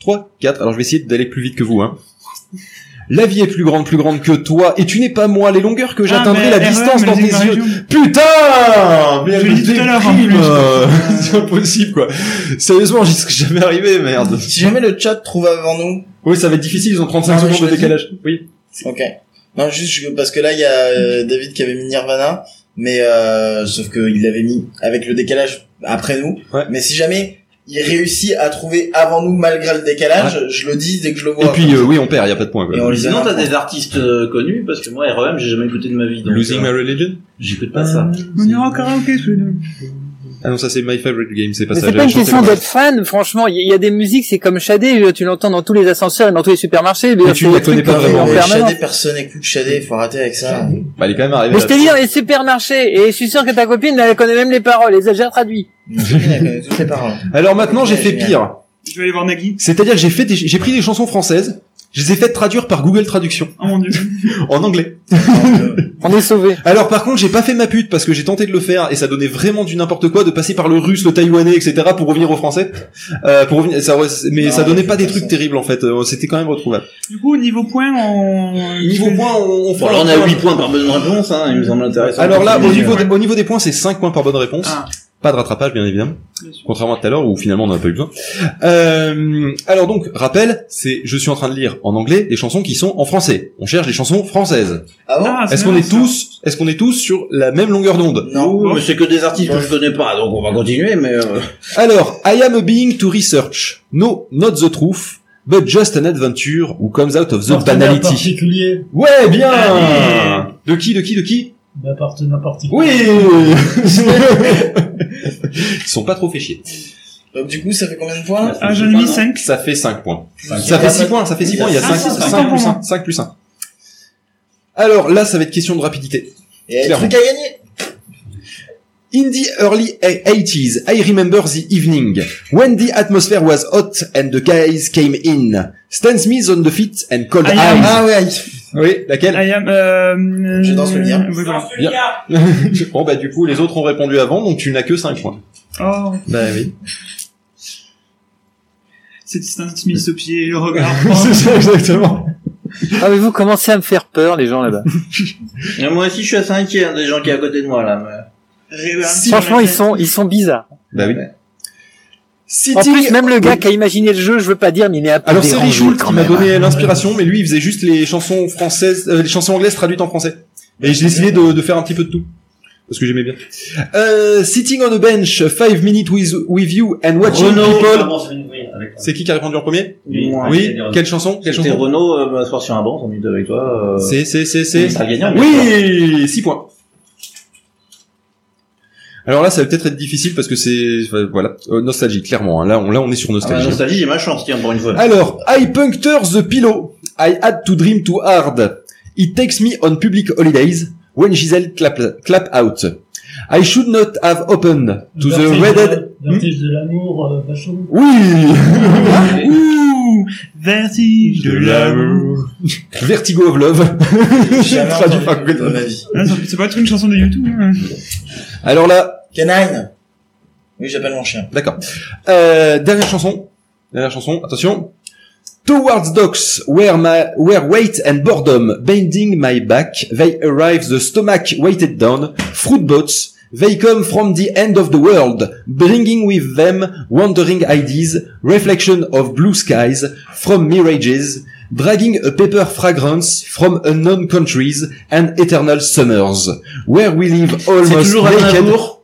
Speaker 4: 3, 4, alors je vais essayer d'aller plus vite que vous, hein. La vie est plus grande, plus grande que toi, et tu n'es pas moi, les longueurs que j'atteindrai,
Speaker 8: Ah, mais
Speaker 4: la
Speaker 8: REM,
Speaker 4: distance
Speaker 8: mais
Speaker 4: dans
Speaker 8: les
Speaker 4: tes yeux.
Speaker 8: États-Unis.
Speaker 4: Putain Mais
Speaker 8: Je
Speaker 4: elle
Speaker 8: l'ai
Speaker 4: me
Speaker 8: dit tout à l'heure, en
Speaker 4: déprime,
Speaker 8: plus.
Speaker 4: euh, C'est impossible, quoi. Sérieusement, j'y serais jamais arrivé, merde.
Speaker 5: Si jamais le chat trouve avant nous...
Speaker 4: Oui, ça va être difficile, ils ont 35
Speaker 5: Ah, je
Speaker 4: secondes de
Speaker 5: l'ai dit.
Speaker 4: décalage. Oui.
Speaker 5: Ok. Non, juste je- parce que là, il y a euh, David qui avait mis Nirvana, mais euh, sauf qu'il l'avait mis avec le décalage après nous.
Speaker 4: Ouais.
Speaker 5: Mais si jamais il réussit à trouver avant nous malgré le décalage, je le dis dès que je le vois.
Speaker 4: Et puis, euh, oui, on perd, il y a pas de point. quoi.
Speaker 5: Et on les
Speaker 7: Sinon, t'as
Speaker 5: annonce.
Speaker 7: des artistes euh, connus, parce que moi, REM, j'ai jamais écouté de ma vie. Donc,
Speaker 4: Losing My
Speaker 7: euh,
Speaker 4: Religion
Speaker 7: J'écoute pas ça.
Speaker 4: Euh,
Speaker 8: On ira en karaoké tous les deux.
Speaker 4: Ah non, ça c'est My Favorite Game, c'est pas
Speaker 9: Mais
Speaker 4: ça.
Speaker 9: c'est pas
Speaker 4: j'avais
Speaker 9: une
Speaker 4: chanté
Speaker 9: question
Speaker 4: le-
Speaker 9: d'être fan, franchement. Il y, il y a des musiques, c'est comme Shadé, euh, tu l'entends dans tous les ascenseurs et dans tous les supermarchés.
Speaker 4: Mais
Speaker 9: d'ailleurs,
Speaker 4: tu
Speaker 9: c'est
Speaker 4: ne
Speaker 9: des
Speaker 4: la connais
Speaker 9: trucs
Speaker 4: pas
Speaker 9: qu'on fait
Speaker 4: vraiment.
Speaker 9: en
Speaker 5: Mais
Speaker 9: permanence.
Speaker 5: Shadé, personne écoute Shadé, faut arrêter avec ça.
Speaker 4: Bah, il est quand même arrivé
Speaker 9: Mais
Speaker 4: là.
Speaker 9: je t'ai dit dans les supermarchés, et je suis sûr que ta copine, elle connaît même les paroles, et ça, j'ai traduit.
Speaker 5: Elle connaît toutes les paroles.
Speaker 4: Alors maintenant, j'ai
Speaker 5: Ouais,
Speaker 4: fait
Speaker 5: génial.
Speaker 4: pire.
Speaker 8: Je vais aller voir Nagui.
Speaker 4: C'est-à-dire que j'ai fait des- j'ai pris des chansons françaises, je les ai faites traduire par Google Traduction
Speaker 8: Oh mon dieu.
Speaker 4: en anglais.
Speaker 9: On est sauvés.
Speaker 4: Alors par contre, j'ai pas fait ma pute parce que j'ai tenté de le faire et ça donnait vraiment du n'importe quoi de passer par le russe, le taïwanais, etc. pour revenir au français. Euh, pour revenir, ça, ouais, c'est- mais
Speaker 5: Non,
Speaker 4: ça donnait
Speaker 5: mais
Speaker 4: pas des
Speaker 5: ça-
Speaker 4: trucs terribles en fait. Euh, C'était quand même retrouvable.
Speaker 8: Du coup, niveau point, on...
Speaker 4: Niveau points, on, on
Speaker 7: Bon,
Speaker 4: fera
Speaker 7: alors, on
Speaker 4: un
Speaker 7: a
Speaker 4: point.
Speaker 7: 8 points par bonne réponse, hein, il me semble intéressant.
Speaker 4: Alors là, au
Speaker 7: Mais,
Speaker 4: niveau,
Speaker 7: euh,
Speaker 4: des, au niveau des points, c'est 5 points par bonne réponse.
Speaker 8: Ah.
Speaker 4: Pas de rattrapage, bien évidemment.
Speaker 8: Bien sûr.
Speaker 4: Contrairement à tout à l'heure où finalement on n'en a pas eu besoin. Euh, alors donc, rappel, c'est je suis en train de lire en anglais des chansons qui sont en français. On cherche des chansons françaises.
Speaker 5: Ah bon
Speaker 8: Ah, c'est
Speaker 4: Oh, est-ce qu'on
Speaker 8: bien,
Speaker 4: est
Speaker 8: ça.
Speaker 4: tous, est-ce qu'on est tous sur la même longueur d'onde
Speaker 5: Non.
Speaker 7: mais c'est que des artistes que je connais pas, donc on va continuer, mais euh,
Speaker 4: Alors, I am a being to research. No, not the truth, but just an adventure who comes out of the
Speaker 10: Partenaire
Speaker 4: banality.
Speaker 10: particulier.
Speaker 4: Ouais, bien.
Speaker 8: Ah,
Speaker 10: Allez.
Speaker 4: De qui, de qui, de qui
Speaker 10: D'un partenaire particulier.
Speaker 4: Oui. Ils sont pas trop fait chier.
Speaker 5: Donc du coup, ça fait combien de points
Speaker 8: Ah, j'en ai mis 5.
Speaker 4: Ça fait 5 points.
Speaker 10: Cinq.
Speaker 4: Ça fait 6 points, ça fait 6 points, il y a 5,
Speaker 8: Ah, c'est pas pour
Speaker 4: plus
Speaker 8: moi.
Speaker 4: 1, 5 plus 1. Alors là, ça va être question de rapidité.
Speaker 5: Et le truc à gagner
Speaker 4: In the early 80s, I remember the evening, when the atmosphere was hot and the guys came in. Stan Smith on the feet and cold
Speaker 8: I am-
Speaker 4: eyes.
Speaker 5: Ah ouais,
Speaker 4: Oui, laquelle
Speaker 8: I am, euh...
Speaker 5: Je danse le lien.
Speaker 8: Oui, voilà.
Speaker 4: Bon bah du coup, les autres ont répondu avant, donc tu n'as que 5 points.
Speaker 8: Oh,
Speaker 4: Bah oui.
Speaker 8: c'est Stan Smith au pied, le regard.
Speaker 4: C'est ça, exactement.
Speaker 9: Ah, mais vous commencez à me faire peur, les gens, là-bas.
Speaker 7: mais moi aussi je suis assez inquiet hein, des gens qui est à côté de moi là. mais-
Speaker 9: Franchement, ils sont, ils sont bizarres.
Speaker 4: Bah oui.
Speaker 9: En
Speaker 4: Sitting-
Speaker 9: plus, même le gars qui a imaginé le jeu, je veux pas dire, mais il est un peu
Speaker 4: Alors c'est
Speaker 9: dérangé,
Speaker 4: Richoult
Speaker 9: quand
Speaker 4: qui m'a
Speaker 9: même.
Speaker 4: donné l'inspiration, mais lui il faisait juste les chansons françaises, euh, les chansons anglaises traduites en français. Et j'ai décidé de, de faire un petit peu de tout parce que j'aimais bien. Euh, sitting on a bench, five minutes with, with you and watching
Speaker 7: Renaud,
Speaker 4: people.
Speaker 7: pardon, c'est une- oui, avec-
Speaker 4: C'est qui qui a répondu en premier
Speaker 7: Oui,
Speaker 4: Oui. Quelle chanson Quelle
Speaker 7: C'était
Speaker 4: chanson
Speaker 7: Renaud, euh, m'asseoir sur un banc, sans doute avec toi. euh,
Speaker 4: C'est c'est c'est c'est.
Speaker 7: ça sera gagnant. bien sûr.
Speaker 4: Oui, 6 points. Alors là, ça va peut-être être difficile parce que c'est enfin, voilà euh, nostalgie clairement. hein. Là, on là on est sur
Speaker 7: Ah, bah,
Speaker 4: nostalgie.
Speaker 7: nostalgie, j'ai ma chance, tiens, pour une fois.
Speaker 4: Alors, I puncture the pillow. I had to dream too hard. It takes me on public holidays when Giselle clap, clap out. I should not have opened to the
Speaker 10: Vertige
Speaker 4: redhead.
Speaker 10: de- Vertige de l'amour, euh, vachement.
Speaker 4: Oui!
Speaker 8: Ouh, vertige de l'amour.
Speaker 4: Vertigo of Love.
Speaker 5: Jamais
Speaker 4: Traduit
Speaker 5: entendu
Speaker 4: par
Speaker 5: de
Speaker 4: Google.
Speaker 5: ma vie.
Speaker 8: Ah, ça- ça peut être une chanson de YouTube. hein.
Speaker 4: Alors là,
Speaker 5: Canine Oui, j'appelle mon chien.
Speaker 4: d'accord. Euh, dernière chanson. Dernière chanson, attention. Towards docks, where my, where weight and boredom bending my back, they arrive the stomach weighted down, fruit boats, they come from the end of the world, bringing with them wandering ideas, reflection of blue skies, from mirages, dragging a paper fragrance from unknown countries and eternal summers, where we live almost
Speaker 7: toujours à
Speaker 4: naked.
Speaker 7: Gainsbourg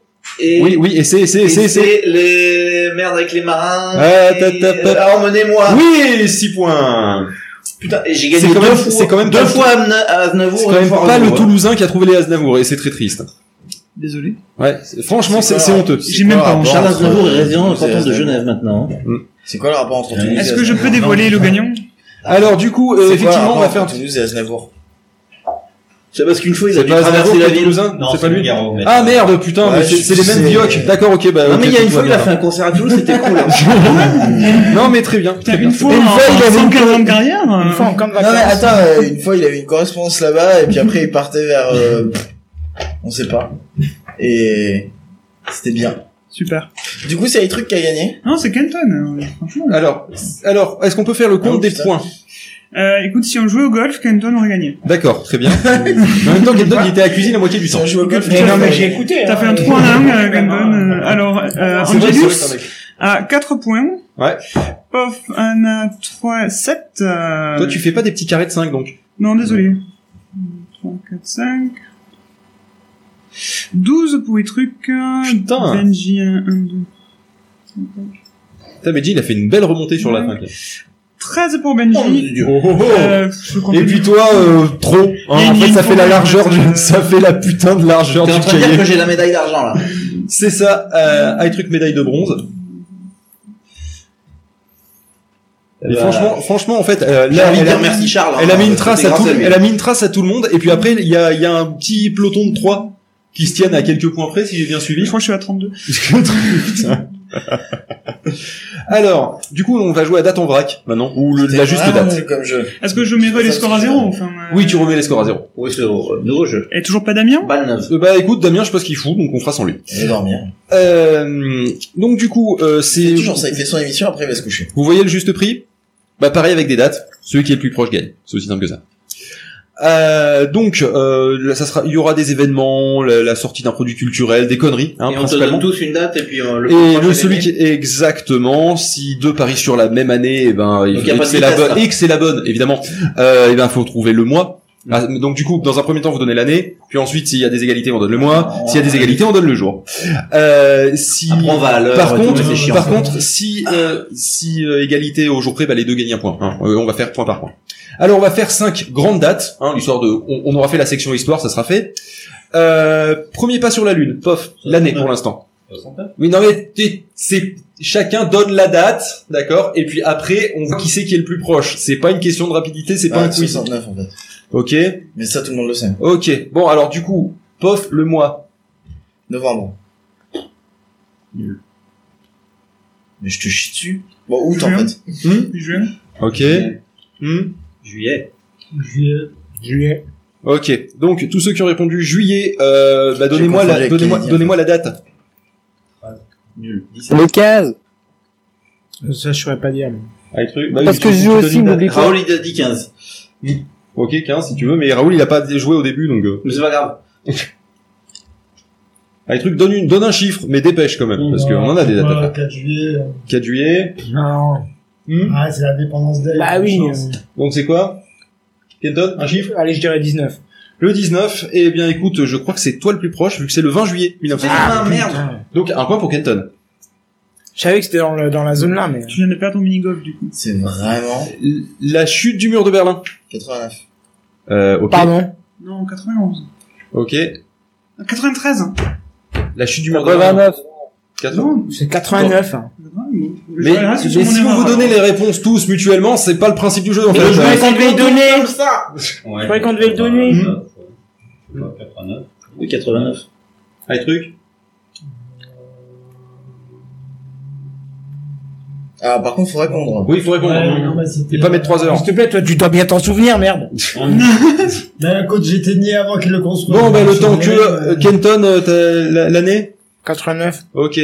Speaker 7: Et,
Speaker 4: Oui, oui, et c'est, et c'est, et
Speaker 7: et
Speaker 4: c'est, et c'est.
Speaker 7: c'est les merdes avec les marins.
Speaker 4: Ah,
Speaker 7: et-
Speaker 4: ta, ta, ta.
Speaker 7: euh, Emmenez-moi.
Speaker 4: Oui, 6 points.
Speaker 7: Putain, et j'ai gagné
Speaker 4: C'est quand
Speaker 7: deux
Speaker 4: même-
Speaker 7: fois.
Speaker 4: c'est quand même
Speaker 7: deux
Speaker 4: pas-
Speaker 7: fois à Amna- à Aznavour.
Speaker 4: C'est quand
Speaker 7: une
Speaker 4: même
Speaker 7: fois à
Speaker 4: pas le
Speaker 7: Renaud, hein.
Speaker 4: Toulousain qui a trouvé les Aznavour et c'est très triste.
Speaker 8: Désolé.
Speaker 4: Ouais, c'est- franchement c'est
Speaker 5: C'est
Speaker 4: c'est
Speaker 5: pas-
Speaker 4: honteux.
Speaker 8: J'ai même
Speaker 5: Ah,
Speaker 8: pas honte.
Speaker 7: Charles Aznavour est résident au
Speaker 5: C'est
Speaker 7: canton de
Speaker 5: Aznavour.
Speaker 7: Genève maintenant. hein.
Speaker 5: C'est quoi le rapport entre Toulouse et
Speaker 8: Est-ce que je peux
Speaker 5: Aznavour
Speaker 8: dévoiler le gagnant
Speaker 4: Alors du coup, euh,
Speaker 5: C'est quoi le
Speaker 4: effectivement, on va
Speaker 5: rapport
Speaker 4: faire. un
Speaker 5: entre
Speaker 4: petit-
Speaker 5: Toulouse et Aznavour.
Speaker 7: C'est parce qu'une fois il a
Speaker 4: C'est
Speaker 7: dû
Speaker 4: pas
Speaker 7: traverser
Speaker 4: Aznavour
Speaker 7: la
Speaker 4: qui est
Speaker 7: ville.
Speaker 4: toulousain C'est pas lui. Ah
Speaker 7: merde
Speaker 4: merde, putain,
Speaker 5: Ouais,
Speaker 4: mais c'est
Speaker 5: je-
Speaker 4: c'est les mêmes
Speaker 5: c'est-
Speaker 4: biocs. D'accord, ok, bah.
Speaker 7: Non
Speaker 4: ok,
Speaker 7: mais il y a
Speaker 4: tout
Speaker 7: une
Speaker 4: va
Speaker 7: fois il
Speaker 4: bien,
Speaker 7: a fait un concert à Toulouse, c'était cool.
Speaker 4: hein. alors. Non mais très bien.
Speaker 8: Putain,
Speaker 4: Très bien.
Speaker 8: une fois,
Speaker 4: Et
Speaker 8: en-
Speaker 4: il
Speaker 8: en
Speaker 4: avait une
Speaker 8: 140 ans de carrière
Speaker 6: Une fois en camp de
Speaker 5: Non mais
Speaker 6: vacances.
Speaker 5: attends, euh, une fois il avait une correspondance là-bas et puis après il partait vers, euh, on sait pas. Et c'était bien.
Speaker 8: Super.
Speaker 5: Du coup, c'est les trucs qu'a gagné.
Speaker 8: Non, c'est Kenton, euh, franchement.
Speaker 4: Alors, alors, est-ce qu'on peut faire le
Speaker 5: Ah
Speaker 4: compte
Speaker 5: oui,
Speaker 4: des
Speaker 5: putain.
Speaker 4: points
Speaker 8: Euh, écoute, si on jouait au golf, Kenton aurait gagné.
Speaker 4: D'accord, très bien. en même temps, Gaëtan, il était accusé la moitié du temps.
Speaker 5: On joue au golf.
Speaker 8: Mais non, mais
Speaker 5: j'ai
Speaker 10: écouté.
Speaker 8: T'as fait un 3 en 1, euh, Kenton. euh, alors, euh,
Speaker 4: C'est vrai,
Speaker 8: Angelus
Speaker 4: c'est vrai, mec.
Speaker 8: à 4 Ah, points.
Speaker 4: Ouais.
Speaker 8: Pof, 1 à 3, 7.
Speaker 4: Toi, tu fais pas des petits carrés de 5 donc.
Speaker 8: Non, euh, désolé. 4, 5. 12 pour les trucs. euh,
Speaker 4: Putain.
Speaker 8: Benji 1, 2.
Speaker 4: Putain, Benji, il a fait une belle remontée sur la
Speaker 8: Ouais.
Speaker 4: fin. quoi.
Speaker 8: 13 pour Benji.
Speaker 4: Oh, oh, oh.
Speaker 8: Euh, je compte
Speaker 4: Et puis toi, euh, trop. hein.
Speaker 8: Il y a
Speaker 4: en fait,
Speaker 8: une- il y
Speaker 4: ça
Speaker 8: a une
Speaker 4: fait la
Speaker 8: forme,
Speaker 4: largeur,
Speaker 8: euh,
Speaker 4: du, ça fait la putain de largeur
Speaker 7: T'es en
Speaker 4: du
Speaker 7: train de dire
Speaker 4: cahier.
Speaker 7: que j'ai la médaille d'argent là.
Speaker 4: C'est ça, euh, high truc médaille de bronze. Et
Speaker 7: bah,
Speaker 4: franchement, franchement, en fait, euh,
Speaker 7: J'ai
Speaker 4: là,
Speaker 7: envie de
Speaker 4: elle a,
Speaker 7: dire merci Charles. hein,
Speaker 4: elle a mis une
Speaker 7: parce que
Speaker 4: trace
Speaker 7: c'était
Speaker 4: à tout,
Speaker 7: grâce lui.
Speaker 4: elle a mis une trace à tout le monde. Et puis après, il y a, il y a un petit peloton de trois qui se tiennent à quelques points près, si j'ai bien
Speaker 8: Je
Speaker 4: suivi.
Speaker 8: crois que je suis à 32.
Speaker 4: Putain. Alors, du coup, on va jouer à date en vrac maintenant, ou le, la juste
Speaker 5: Vraiment
Speaker 4: date.
Speaker 5: nul comme jeu.
Speaker 8: Est-ce que je mets les scores à 0 enfin, euh,
Speaker 4: Oui, tu remets les scores à zéro.
Speaker 7: Oui, c'est au euh, nouveau jeu.
Speaker 8: Et toujours pas Damien
Speaker 7: Balle neuve.
Speaker 4: Euh, Bah écoute, Damien, je sais pas ce qu'il fout, donc on fera sans lui.
Speaker 5: Je vais dormir.
Speaker 4: Euh, donc du coup, euh, c'est
Speaker 5: C'est toujours ça, il fait son émission, après il va se coucher.
Speaker 4: Vous voyez le juste prix Bah pareil avec des dates, celui qui est le plus proche gagne. C'est aussi simple que ça. Euh, donc, euh, là, ça sera, il y aura des événements, la, la sortie d'un produit culturel, des conneries, hein,
Speaker 7: Et on te
Speaker 4: principalement.
Speaker 7: donne tous une date et puis euh, le.
Speaker 4: Et le
Speaker 7: prochain
Speaker 4: celui qui
Speaker 7: événement.
Speaker 4: exactement, si deux paris sur la même année, et ben il
Speaker 7: Donc, y a
Speaker 4: et
Speaker 7: pas
Speaker 4: que
Speaker 7: de
Speaker 4: c'est la
Speaker 7: vitesse,
Speaker 4: bonne,
Speaker 7: là.
Speaker 4: et que c'est la bonne, évidemment. Euh, et ben faut trouver le mois. Ah, donc du coup, dans un premier temps, vous donnez l'année, puis ensuite, s'il y a des égalités, on donne le mois. S'il y a des égalités, on donne le jour. Euh, si
Speaker 7: Après, on va à l'heure.
Speaker 4: par
Speaker 7: et tout,
Speaker 4: contre,
Speaker 7: mais c'est chiant,
Speaker 4: par
Speaker 7: ça.
Speaker 4: contre, si euh, si euh, égalité au jour près, bah, les deux gagnent un point. hein. Euh, on va faire point par point. Alors on va faire cinq grandes dates. Hein, l'histoire de, on, on aura fait la section histoire, ça sera fait. Euh, premier pas sur la lune, pof, l'année pour l'instant. Oui, non mais t'es- c'est chacun donne la date, d'accord, et puis après on voit qui c'est qui est le plus proche. C'est pas une question de rapidité, c'est pas
Speaker 5: Ah,
Speaker 4: un quiz.
Speaker 5: 69 en fait.
Speaker 4: Ok,
Speaker 5: Mais ça tout le monde le sait.
Speaker 4: ok. Bon alors du coup, pof, le mois.
Speaker 5: Novembre. Nul. Mais je te chie dessus. Bon, août en
Speaker 8: Juin.
Speaker 5: fait.
Speaker 4: Hmm
Speaker 8: Je...
Speaker 4: ok. Hmm
Speaker 7: Juillet.
Speaker 10: Juillet.
Speaker 6: Juillet.
Speaker 4: Ok, donc tous ceux qui ont répondu juillet, euh, bah donnez-moi
Speaker 5: confondu
Speaker 4: la,
Speaker 5: avec
Speaker 4: donnez-moi,
Speaker 5: Kennedy, en
Speaker 4: donnez-moi la date. Bah
Speaker 7: Nul. 17.
Speaker 9: Le 15.
Speaker 6: Ça, je saurais pas dire. mais-
Speaker 4: Ah,
Speaker 9: Parce que je joue aussi, n'oublie pas.
Speaker 7: Raoul, il a dit 15.
Speaker 4: Ok, 15 si tu veux, mais Raoul il a pas joué au début donc. Euh...
Speaker 7: Mais c'est pas grave.
Speaker 4: Allez, truc, donne, une, donne un chiffre, mais dépêche quand même, parce qu'on en a des dates. à faire.
Speaker 10: 4 juillet. euh,
Speaker 4: 4 juillet.
Speaker 6: Non.
Speaker 4: hmm,
Speaker 10: Ah, c'est la dépendance d'elle.
Speaker 6: Bah oui.
Speaker 4: Donc c'est quoi Kenton, un chiffre
Speaker 6: euh, Allez, je dirais 19.
Speaker 4: Le 19. Eh bien écoute, je crois que c'est toi le plus proche vu que c'est le 20 juillet 1900.
Speaker 7: Ah, merde.
Speaker 6: Putain.
Speaker 4: Donc un point pour Kenton.
Speaker 6: Je savais que c'était dans, le- dans la zone là, mais.
Speaker 8: Tu viens de perdre ton mini-golf du coup.
Speaker 5: C'est vraiment
Speaker 4: L- La chute du mur de Berlin.
Speaker 5: 89.
Speaker 4: Euh, ok.
Speaker 6: Pardon.
Speaker 8: Non, 91.
Speaker 4: Ok.
Speaker 8: Ah, 93.
Speaker 4: La chute du mur de Berlin.
Speaker 9: 89.
Speaker 4: 80.
Speaker 8: Non,
Speaker 6: C'est 89. hein.
Speaker 4: Mais, mais si vous vous donnez les réponses tous mutuellement, c'est pas le principe du jeu en
Speaker 6: Mais
Speaker 4: fait.
Speaker 6: je voulais
Speaker 4: Euh,
Speaker 6: qu'on devait le donner.
Speaker 7: Ouais.
Speaker 6: Je croyais qu'on devait le donner.
Speaker 7: Oui, 89.
Speaker 4: Un truc.
Speaker 5: Ah, par contre, faut répondre.
Speaker 4: Oui, il faut répondre. Et pas mettre
Speaker 9: euh,
Speaker 4: 3 heures.
Speaker 6: S'il te plaît, toi, tu dois bien t'en souvenir, merde.
Speaker 10: Mais Bah, écoute, j'étais né avant qu'il le construise.
Speaker 4: Bon, bah le temps que euh,
Speaker 10: Euh,
Speaker 4: Kenton, euh, t'as la- l'année
Speaker 6: 89.
Speaker 4: Ok.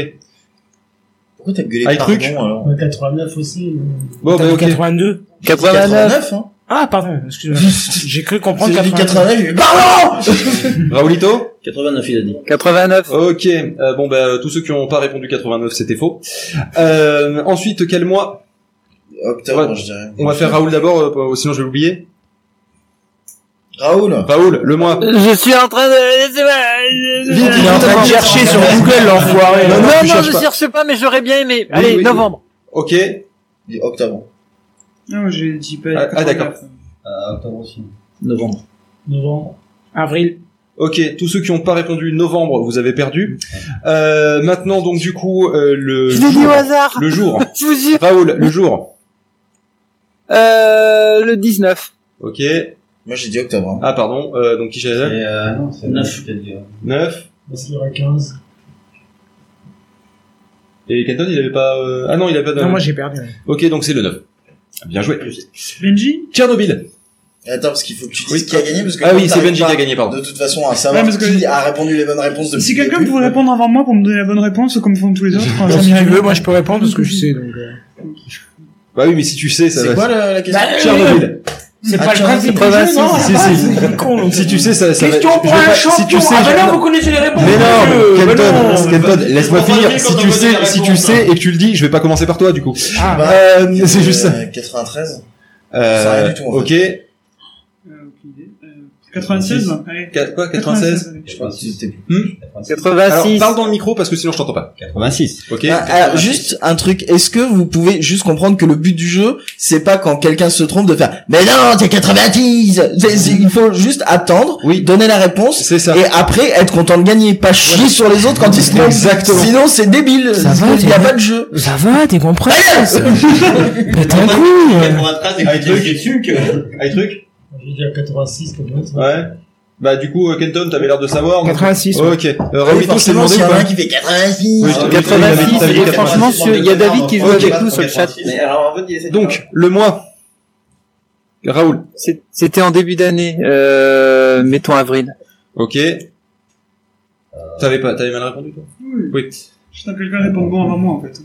Speaker 5: Pourquoi t'as gueulé
Speaker 4: Avec
Speaker 5: pardon
Speaker 4: Ah, truc.
Speaker 5: alors
Speaker 10: euh, 89 aussi. euh,
Speaker 4: Bon,
Speaker 6: T'as
Speaker 4: bah
Speaker 6: dit
Speaker 4: ok.
Speaker 6: 82.
Speaker 9: 89.
Speaker 5: hein
Speaker 6: Ah, pardon, excuse-moi. J'ai cru comprendre
Speaker 5: J'ai dit
Speaker 6: 89.
Speaker 5: 89, j'ai dit pardon
Speaker 4: Raoulito
Speaker 7: 89, il a dit.
Speaker 9: 89.
Speaker 4: Ok. Euh, bon, bah tous ceux qui ont pas répondu 89, c'était faux. Euh, ensuite, quel mois
Speaker 5: Octobre,
Speaker 4: Ouais.
Speaker 5: je dirais.
Speaker 4: On va faire Raoul d'abord, euh, pour- sinon je vais l'oublier.
Speaker 5: Raoul.
Speaker 4: Raoul, le mois.
Speaker 9: Je suis en train de...
Speaker 4: Vite,
Speaker 6: Il est en train de chercher sur Google, l'enfoiré.
Speaker 9: Non,
Speaker 4: Non,
Speaker 9: non,
Speaker 4: tu cherches
Speaker 9: je
Speaker 4: pas.
Speaker 9: cherche pas, mais j'aurais bien aimé.
Speaker 4: Oui,
Speaker 9: Allez,
Speaker 4: oui,
Speaker 9: novembre.
Speaker 4: Ok.
Speaker 5: Dis Octobre.
Speaker 8: Non, j'ai dit pas.
Speaker 4: Ah, ah, d'accord.
Speaker 7: Novembre.
Speaker 10: Novembre.
Speaker 6: Avril.
Speaker 4: Ok, tous ceux qui ont pas répondu novembre, vous avez perdu. Euh, maintenant, donc du coup, euh, le
Speaker 9: Je l'ai dit au
Speaker 4: jour.
Speaker 9: hasard.
Speaker 4: le jour.
Speaker 9: Je vous jure.
Speaker 4: Raoul, le jour.
Speaker 9: Euh, le 19.
Speaker 6: Bah,
Speaker 4: Ok.
Speaker 5: Moi, j'ai dit octobre. hein.
Speaker 4: Ah pardon, euh, donc qui
Speaker 7: Et
Speaker 4: j'ai
Speaker 7: euh, non, c'est 9.
Speaker 4: 9.
Speaker 10: Parce qu'il y aura 15.
Speaker 4: Et Kenton, il avait pas... euh, Ah non, il avait pas de...
Speaker 6: Non, moi j'ai perdu.
Speaker 4: ok, donc c'est le 9. Bien joué.
Speaker 8: Benji
Speaker 4: Tchernobyl.
Speaker 5: Attends, parce qu'il faut que tu dises
Speaker 4: Oui.
Speaker 5: qui a gagné, parce que
Speaker 4: Ah
Speaker 5: quand
Speaker 4: oui, c'est
Speaker 5: t'arrives
Speaker 4: Benji qui
Speaker 5: pas,
Speaker 4: a gagné, pardon.
Speaker 5: De toute façon, à savoir
Speaker 8: Ouais, parce que-
Speaker 5: qui a répondu les bonnes réponses depuis
Speaker 8: Si
Speaker 5: le
Speaker 8: quelqu'un
Speaker 5: début, bah,
Speaker 8: pouvait répondre avant moi pour me donner la bonne réponse, comme font tous les autres, ça
Speaker 6: si
Speaker 8: m'irait
Speaker 6: tu veux,
Speaker 8: bien.
Speaker 6: moi je peux répondre parce que je sais. Donc, euh.
Speaker 4: Bah oui, mais si tu sais, ça
Speaker 5: C'est
Speaker 4: va...
Speaker 5: quoi la, la question
Speaker 4: Tchernobyl.
Speaker 6: euh, C'est
Speaker 5: Ah,
Speaker 6: pas le
Speaker 5: tiens,
Speaker 6: principe
Speaker 5: c'est
Speaker 6: du
Speaker 5: pas
Speaker 6: jeu,
Speaker 5: facile.
Speaker 6: non
Speaker 4: Si,
Speaker 6: la
Speaker 4: si.
Speaker 6: base, c'est con, donc.
Speaker 4: Si tu sais, ça, ça va...
Speaker 6: Question
Speaker 4: je-
Speaker 6: pour
Speaker 4: je vais
Speaker 6: un
Speaker 4: pas- Si tu
Speaker 6: champion.
Speaker 4: sais,
Speaker 6: Ah bah
Speaker 4: je-
Speaker 6: là, vous connaissez les réponses.
Speaker 4: Mais
Speaker 6: monsieur.
Speaker 4: non, Kenton,
Speaker 6: Mais non.
Speaker 4: Kenton, laisse-moi
Speaker 7: On va
Speaker 4: finir.
Speaker 7: dire
Speaker 4: Si
Speaker 7: quand on
Speaker 4: tu
Speaker 7: va
Speaker 4: sais,
Speaker 7: dire
Speaker 4: si
Speaker 7: la
Speaker 4: tu
Speaker 7: réponse,
Speaker 4: sais et que tu le dis, je vais pas commencer par toi, du coup.
Speaker 6: Ah, bah,
Speaker 4: Euh, c'est juste ça.
Speaker 5: 93.
Speaker 4: Euh,
Speaker 5: rien du tout, en
Speaker 4: ok.
Speaker 8: Euh, aucune idée. Euh, 96 Allez.
Speaker 7: Qu- Quoi, 96
Speaker 8: 96,
Speaker 5: Je crois que c'était-
Speaker 9: 86.
Speaker 4: Alors, parle dans le micro parce que sinon je t'entends pas.
Speaker 11: 86.
Speaker 4: Ok.
Speaker 5: Ah, alors, juste un truc, est-ce que vous pouvez juste comprendre que le but du jeu, c'est pas quand quelqu'un se trompe de faire Mais non, c'est 90 C'est- c'est- Il faut juste attendre,
Speaker 4: Oui.
Speaker 5: donner la réponse,
Speaker 4: C'est ça.
Speaker 5: et après être content de gagner, pas chier sur les autres quand ils se trompent.
Speaker 4: Exactement.
Speaker 5: Sinon c'est débile,
Speaker 6: Ça va,
Speaker 5: il n'y a
Speaker 6: t'es-
Speaker 5: pas de jeu.
Speaker 6: Ça va, t'es bon presse Pète un coup
Speaker 11: 93 et
Speaker 7: Avec
Speaker 11: Kenton.
Speaker 7: truc, truc. Avec truc.
Speaker 10: Je veux dire 86 comme ça.
Speaker 4: Ouais. Bah du coup, euh, Kenton, t'avais l'air de savoir. donc-
Speaker 6: 86. ouais.
Speaker 4: Ok. Euh, Raoulito, c'est
Speaker 5: forcément,
Speaker 4: demandé
Speaker 5: s'il y
Speaker 4: ou
Speaker 5: en a
Speaker 4: pas
Speaker 5: un qui fait 86
Speaker 4: Oui,
Speaker 5: Ah,
Speaker 4: je-
Speaker 5: oui.
Speaker 9: 86,
Speaker 4: t'as dit
Speaker 9: et franchement, sur- il y a David qui joue
Speaker 4: Ok.
Speaker 9: avec nous sur le chat.
Speaker 7: Mais alors, en fait, il essaie de faire-
Speaker 4: Donc, le mois. Raoul.
Speaker 9: C'est- C'était en début d'année, euh, mettons avril.
Speaker 4: Ok.
Speaker 5: Euh.
Speaker 4: T'avais pas, t'avais mal répondu toi.
Speaker 8: Oui.
Speaker 4: Oui.
Speaker 8: Je t'appelle quelqu'un répond bon avant moi en fait.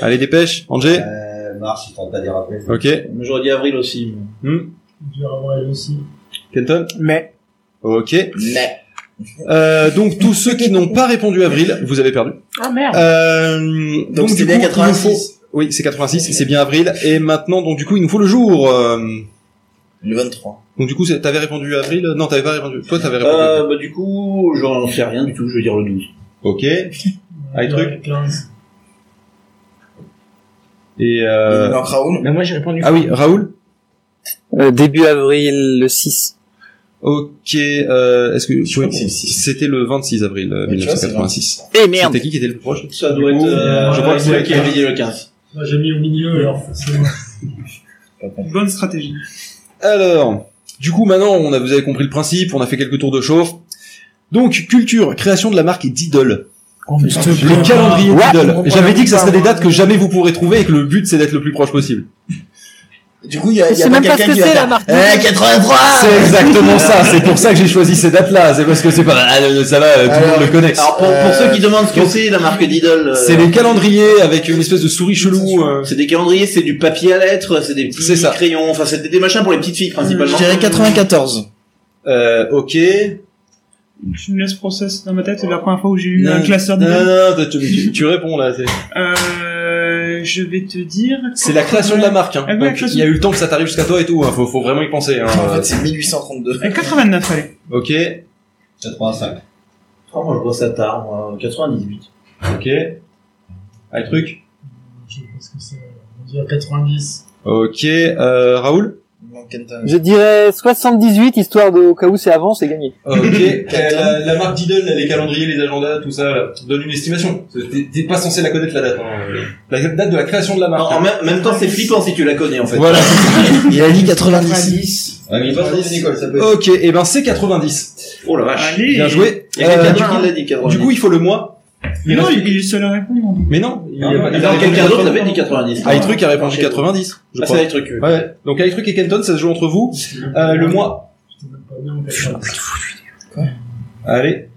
Speaker 4: Allez, dépêche. Angé.
Speaker 11: Euh, Mars, il tente pas des rappels.
Speaker 4: Ok.
Speaker 7: Moi, J'aurais dit avril aussi. mais-
Speaker 4: Hmm.
Speaker 10: Je vais avoir elle aussi.
Speaker 4: Kenton.
Speaker 6: Mais,
Speaker 4: Ok.
Speaker 5: Mais.
Speaker 4: Euh, donc tous ceux qui n'ont pas répondu avril, vous avez perdu.
Speaker 6: oh merde
Speaker 4: Euh,
Speaker 5: Donc
Speaker 4: du
Speaker 5: c'est bien
Speaker 4: coup, il nous
Speaker 5: 86.
Speaker 4: faut- Oui, c'est 86, c'est bien avril. Et maintenant, donc du coup, il nous faut le jour. euh,
Speaker 5: Le 23.
Speaker 4: Donc du coup, c'est- t'avais répondu avril Non, t'avais pas répondu. Toi, t'avais répondu.
Speaker 7: Euh, bah, du coup, j'en sais rien du tout, je vais dire le 12.
Speaker 4: Ok. Allez, truc.
Speaker 10: 15.
Speaker 4: Et
Speaker 5: Il
Speaker 4: euh...
Speaker 5: manque Raoul.
Speaker 6: Mais moi j'ai répondu.
Speaker 4: ah oui, Raoul.
Speaker 9: Euh, début avril, le 6.
Speaker 4: Ok. Euh, Est-ce que
Speaker 5: crois que c'est le six.
Speaker 4: c'était le 26 avril euh,
Speaker 5: Mais tu vois, c'est
Speaker 4: 1986
Speaker 9: Eh
Speaker 4: C'était qui qui était le plus proche
Speaker 7: Ça doit
Speaker 4: Du
Speaker 7: être.
Speaker 4: coup,
Speaker 7: euh,
Speaker 4: je crois que c'est
Speaker 7: celui
Speaker 4: le
Speaker 7: qui avait dit le 15.
Speaker 10: Moi, j'ai mis au milieu, alors forcément.
Speaker 8: Bonne stratégie.
Speaker 4: Alors, du coup, maintenant, on a, vous avez compris le principe, on a fait quelques tours de chauffe. Donc, culture, création de la marque Diddle. Le calendrier Diddle. J'avais dit que ça serait des dates que jamais vous pourrez trouver et que le but, c'est d'être le plus proche possible.
Speaker 5: Du coup, il y a, il y a
Speaker 9: C'est
Speaker 5: pas
Speaker 9: même pas
Speaker 5: quelqu'un
Speaker 9: ce que
Speaker 5: qui va
Speaker 9: c'est, la
Speaker 5: faire.
Speaker 9: marque.
Speaker 5: Eh, 83
Speaker 4: C'est exactement ça, c'est pour ça que j'ai choisi ces dates-là. C'est parce que c'est pas... Ah, euh, ça va, euh, tout le monde
Speaker 5: Alors,
Speaker 4: le connaît.
Speaker 7: Alors, pour, pour
Speaker 5: Euh,
Speaker 7: ceux qui demandent ce que c'est, la marque Diddle. euh,
Speaker 4: C'est les calendriers avec une espèce de souris chelou. euh,
Speaker 7: C'est des calendriers, c'est du papier à lettres, c'est des petits
Speaker 4: C'est ça.
Speaker 7: crayons, enfin c'est des, des machins pour les petites filles
Speaker 5: Je
Speaker 7: principalement.
Speaker 5: dirais 94.
Speaker 4: euh, ok.
Speaker 8: Tu me laisses process dans ma tête, c'est la première fois où j'ai eu un
Speaker 4: Non,
Speaker 8: classeur
Speaker 4: Non,
Speaker 8: d'idées.
Speaker 4: non, tu, tu- tu réponds là. c'est-
Speaker 8: Euh, je vais te dire.
Speaker 4: C'est la création de la marque. Hein.
Speaker 8: Ah oui, la
Speaker 4: Donc, il y a eu le temps que ça t'arrive jusqu'à toi et tout. hein. Faut, faut vraiment y penser. Hein.
Speaker 5: En fait, c'est 1832.
Speaker 8: Euh, 89, allez.
Speaker 4: Ok.
Speaker 11: 85.
Speaker 7: Oh, moi je vois ça tard, moi, 98.
Speaker 4: Ok. Un truc.
Speaker 10: Je pense que c'est, on va dire 90.
Speaker 4: Ok, euh, Raoul.
Speaker 5: Il manque Kenton.
Speaker 9: Je dirais 78, histoire de, au cas où c'est avant, c'est gagné.
Speaker 4: Ok. Euh, la, la marque Diddle, les calendriers, les agendas, tout ça, là, donne une estimation. T'es- T'es pas censé la connaître la date. hein. La date de la création de la
Speaker 7: En,
Speaker 4: marque.
Speaker 7: en même, même temps c'est flippant si tu la connais en fait.
Speaker 4: Voilà.
Speaker 5: Il a dit 90.
Speaker 11: Ah, mais il passe dans les écoles, ça peut être.
Speaker 4: ok, et ben c'est 90.
Speaker 7: Oh la vache.
Speaker 8: Allez.
Speaker 4: Bien joué.
Speaker 7: Il y a
Speaker 4: Euh,
Speaker 7: quelqu'un
Speaker 4: du,
Speaker 7: d'autre qui
Speaker 4: coup,
Speaker 7: l'a dit 80.
Speaker 4: du coup, il faut le mois.
Speaker 8: Mais
Speaker 4: Il
Speaker 8: non,
Speaker 4: reste-
Speaker 8: il il est seul hein. à répondre.
Speaker 4: Mais non, il y a pas- il a
Speaker 7: Non,
Speaker 4: répondu
Speaker 7: quelqu'un d'autre
Speaker 4: 80.
Speaker 7: avait dit 90.
Speaker 4: Ah, truc a répondu 90. Je
Speaker 7: Ah,
Speaker 4: crois.
Speaker 7: c'est les trucs. oui.
Speaker 4: Ouais. Donc Aytruc et Kenton, ça se joue entre vous. Euh, le mois.
Speaker 10: J'étais même pas né en 90.
Speaker 4: Allez.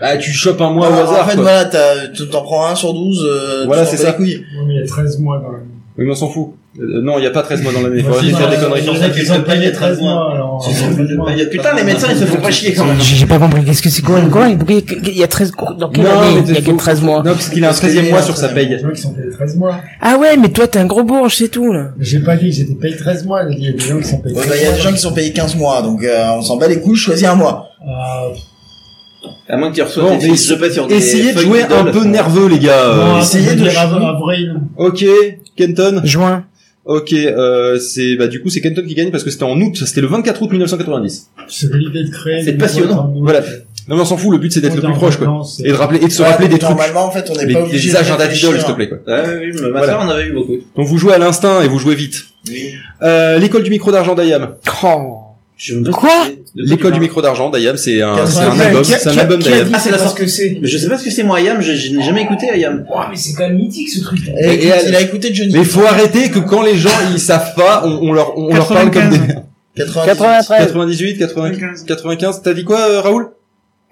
Speaker 4: Ah, tu chopes un mois
Speaker 5: Ah,
Speaker 4: au hasard.
Speaker 5: En fait,
Speaker 4: quoi.
Speaker 5: voilà, t'as- tu t'en prends un sur 12. euh, tu
Speaker 4: Voilà,
Speaker 5: t'en
Speaker 4: c'est
Speaker 5: bats
Speaker 4: ça.
Speaker 5: les couilles.
Speaker 10: Non, mais il y a 13 mois dans l'année.
Speaker 4: Oui, mais on s'en fout. Euh, non, il n'y a pas 13 mois dans l'année. Faut
Speaker 10: Moi,
Speaker 4: arrêter de
Speaker 10: si,
Speaker 4: faire
Speaker 10: bah,
Speaker 4: des conneries.
Speaker 10: il y en a qui sont pas nés 13 mois, alors.
Speaker 7: Putain les médecins ils se font pas chier quand même.
Speaker 6: J'ai pas compris, qu'est-ce que c'est quoi Comment il pourquoi il y a 13 dans quelle
Speaker 4: Non,
Speaker 6: année
Speaker 4: mais
Speaker 6: il y a
Speaker 4: c'est
Speaker 6: que
Speaker 4: faux.
Speaker 6: 13 mois
Speaker 4: Non, parce qu'il a un
Speaker 5: Parce qu'il
Speaker 4: 13e
Speaker 5: est
Speaker 4: mois
Speaker 5: un
Speaker 4: sur sa
Speaker 10: Il y
Speaker 5: 13e
Speaker 10: a
Speaker 4: paye.
Speaker 10: des gens qui sont payés 13 mois.
Speaker 6: Ah ouais, mais toi t'es un gros bourge, c'est tout là.
Speaker 10: J'ai pas dit que j'étais payé 13 mois, il y a des gens qui sont payés
Speaker 5: Ouais,
Speaker 10: 13
Speaker 5: bah, il y a des gens qui sont payés 15 mois, donc euh, on s'en bat les couilles, choisis un mois.
Speaker 10: Ah,
Speaker 7: À moins que tu reçoives
Speaker 4: Bon,
Speaker 7: des
Speaker 4: mais
Speaker 7: fiches de paie sur des
Speaker 4: Essayez de
Speaker 7: feuilles
Speaker 4: jouer un
Speaker 7: Lidl.
Speaker 4: peu nerveux, les gars.
Speaker 10: non,
Speaker 4: euh.
Speaker 5: essayez
Speaker 10: essayez
Speaker 5: de
Speaker 10: de
Speaker 5: jouer.
Speaker 10: avril.
Speaker 4: Ok, Kenton.
Speaker 6: Juin.
Speaker 4: Ok, euh, c'est bah du coup c'est Kenton qui gagne parce que c'était en août. C'était le 24 août 1990.
Speaker 10: C'est l'idée de créer.
Speaker 7: C'est
Speaker 10: une
Speaker 7: passionnant.
Speaker 10: boîte en-
Speaker 4: Voilà. Non, mais on s'en fout. Le but c'est d'être le plus proche, quoi.
Speaker 10: Non, c'est-
Speaker 4: Et de rappeler et de se
Speaker 5: Voilà,
Speaker 4: rappeler
Speaker 5: donc,
Speaker 4: des trucs,
Speaker 5: Normalement, en fait, on n'est
Speaker 4: les,
Speaker 5: pas obligé.
Speaker 4: les agendas
Speaker 5: de
Speaker 4: d'idoles,
Speaker 5: réfléchir. hein.
Speaker 4: s'il te plaît. Quoi.
Speaker 7: Ouais, ouais, oui, mais ma
Speaker 4: Voilà.
Speaker 7: soeur en avait eu beaucoup.
Speaker 4: Donc vous jouez à l'instinct et vous jouez vite.
Speaker 5: Oui.
Speaker 4: Euh, l'école du micro d'argent d'Ayam.
Speaker 9: Oh.
Speaker 7: Je me
Speaker 6: Quoi
Speaker 7: hein.
Speaker 4: L'école du micro d'argent d'Ayam, c'est un,
Speaker 5: Quatre-vingt-
Speaker 4: c'est un album,
Speaker 6: Qui a-
Speaker 4: c'est un
Speaker 6: qui a-
Speaker 4: album
Speaker 6: qui a
Speaker 4: d'Ayam.
Speaker 6: dit
Speaker 7: Ah, c'est la
Speaker 6: je sais pas
Speaker 7: sorte-
Speaker 6: ce que c'est.
Speaker 7: Mais je sais pas ce que c'est moi Ayam, je, je n'ai jamais écouté Ayam.
Speaker 6: Ouah, mais c'est quand même mythique ce truc.
Speaker 5: Et,
Speaker 4: Et- et
Speaker 5: écoute,
Speaker 4: elle-
Speaker 5: il a écouté Johnny.
Speaker 4: Mais faut arrêter que quand les gens ils savent pas, on, on leur on leur parle comme des
Speaker 9: 93.
Speaker 5: 90.
Speaker 4: 98, 95,
Speaker 8: 95.
Speaker 4: 95. T'as dit quoi, euh, Raoul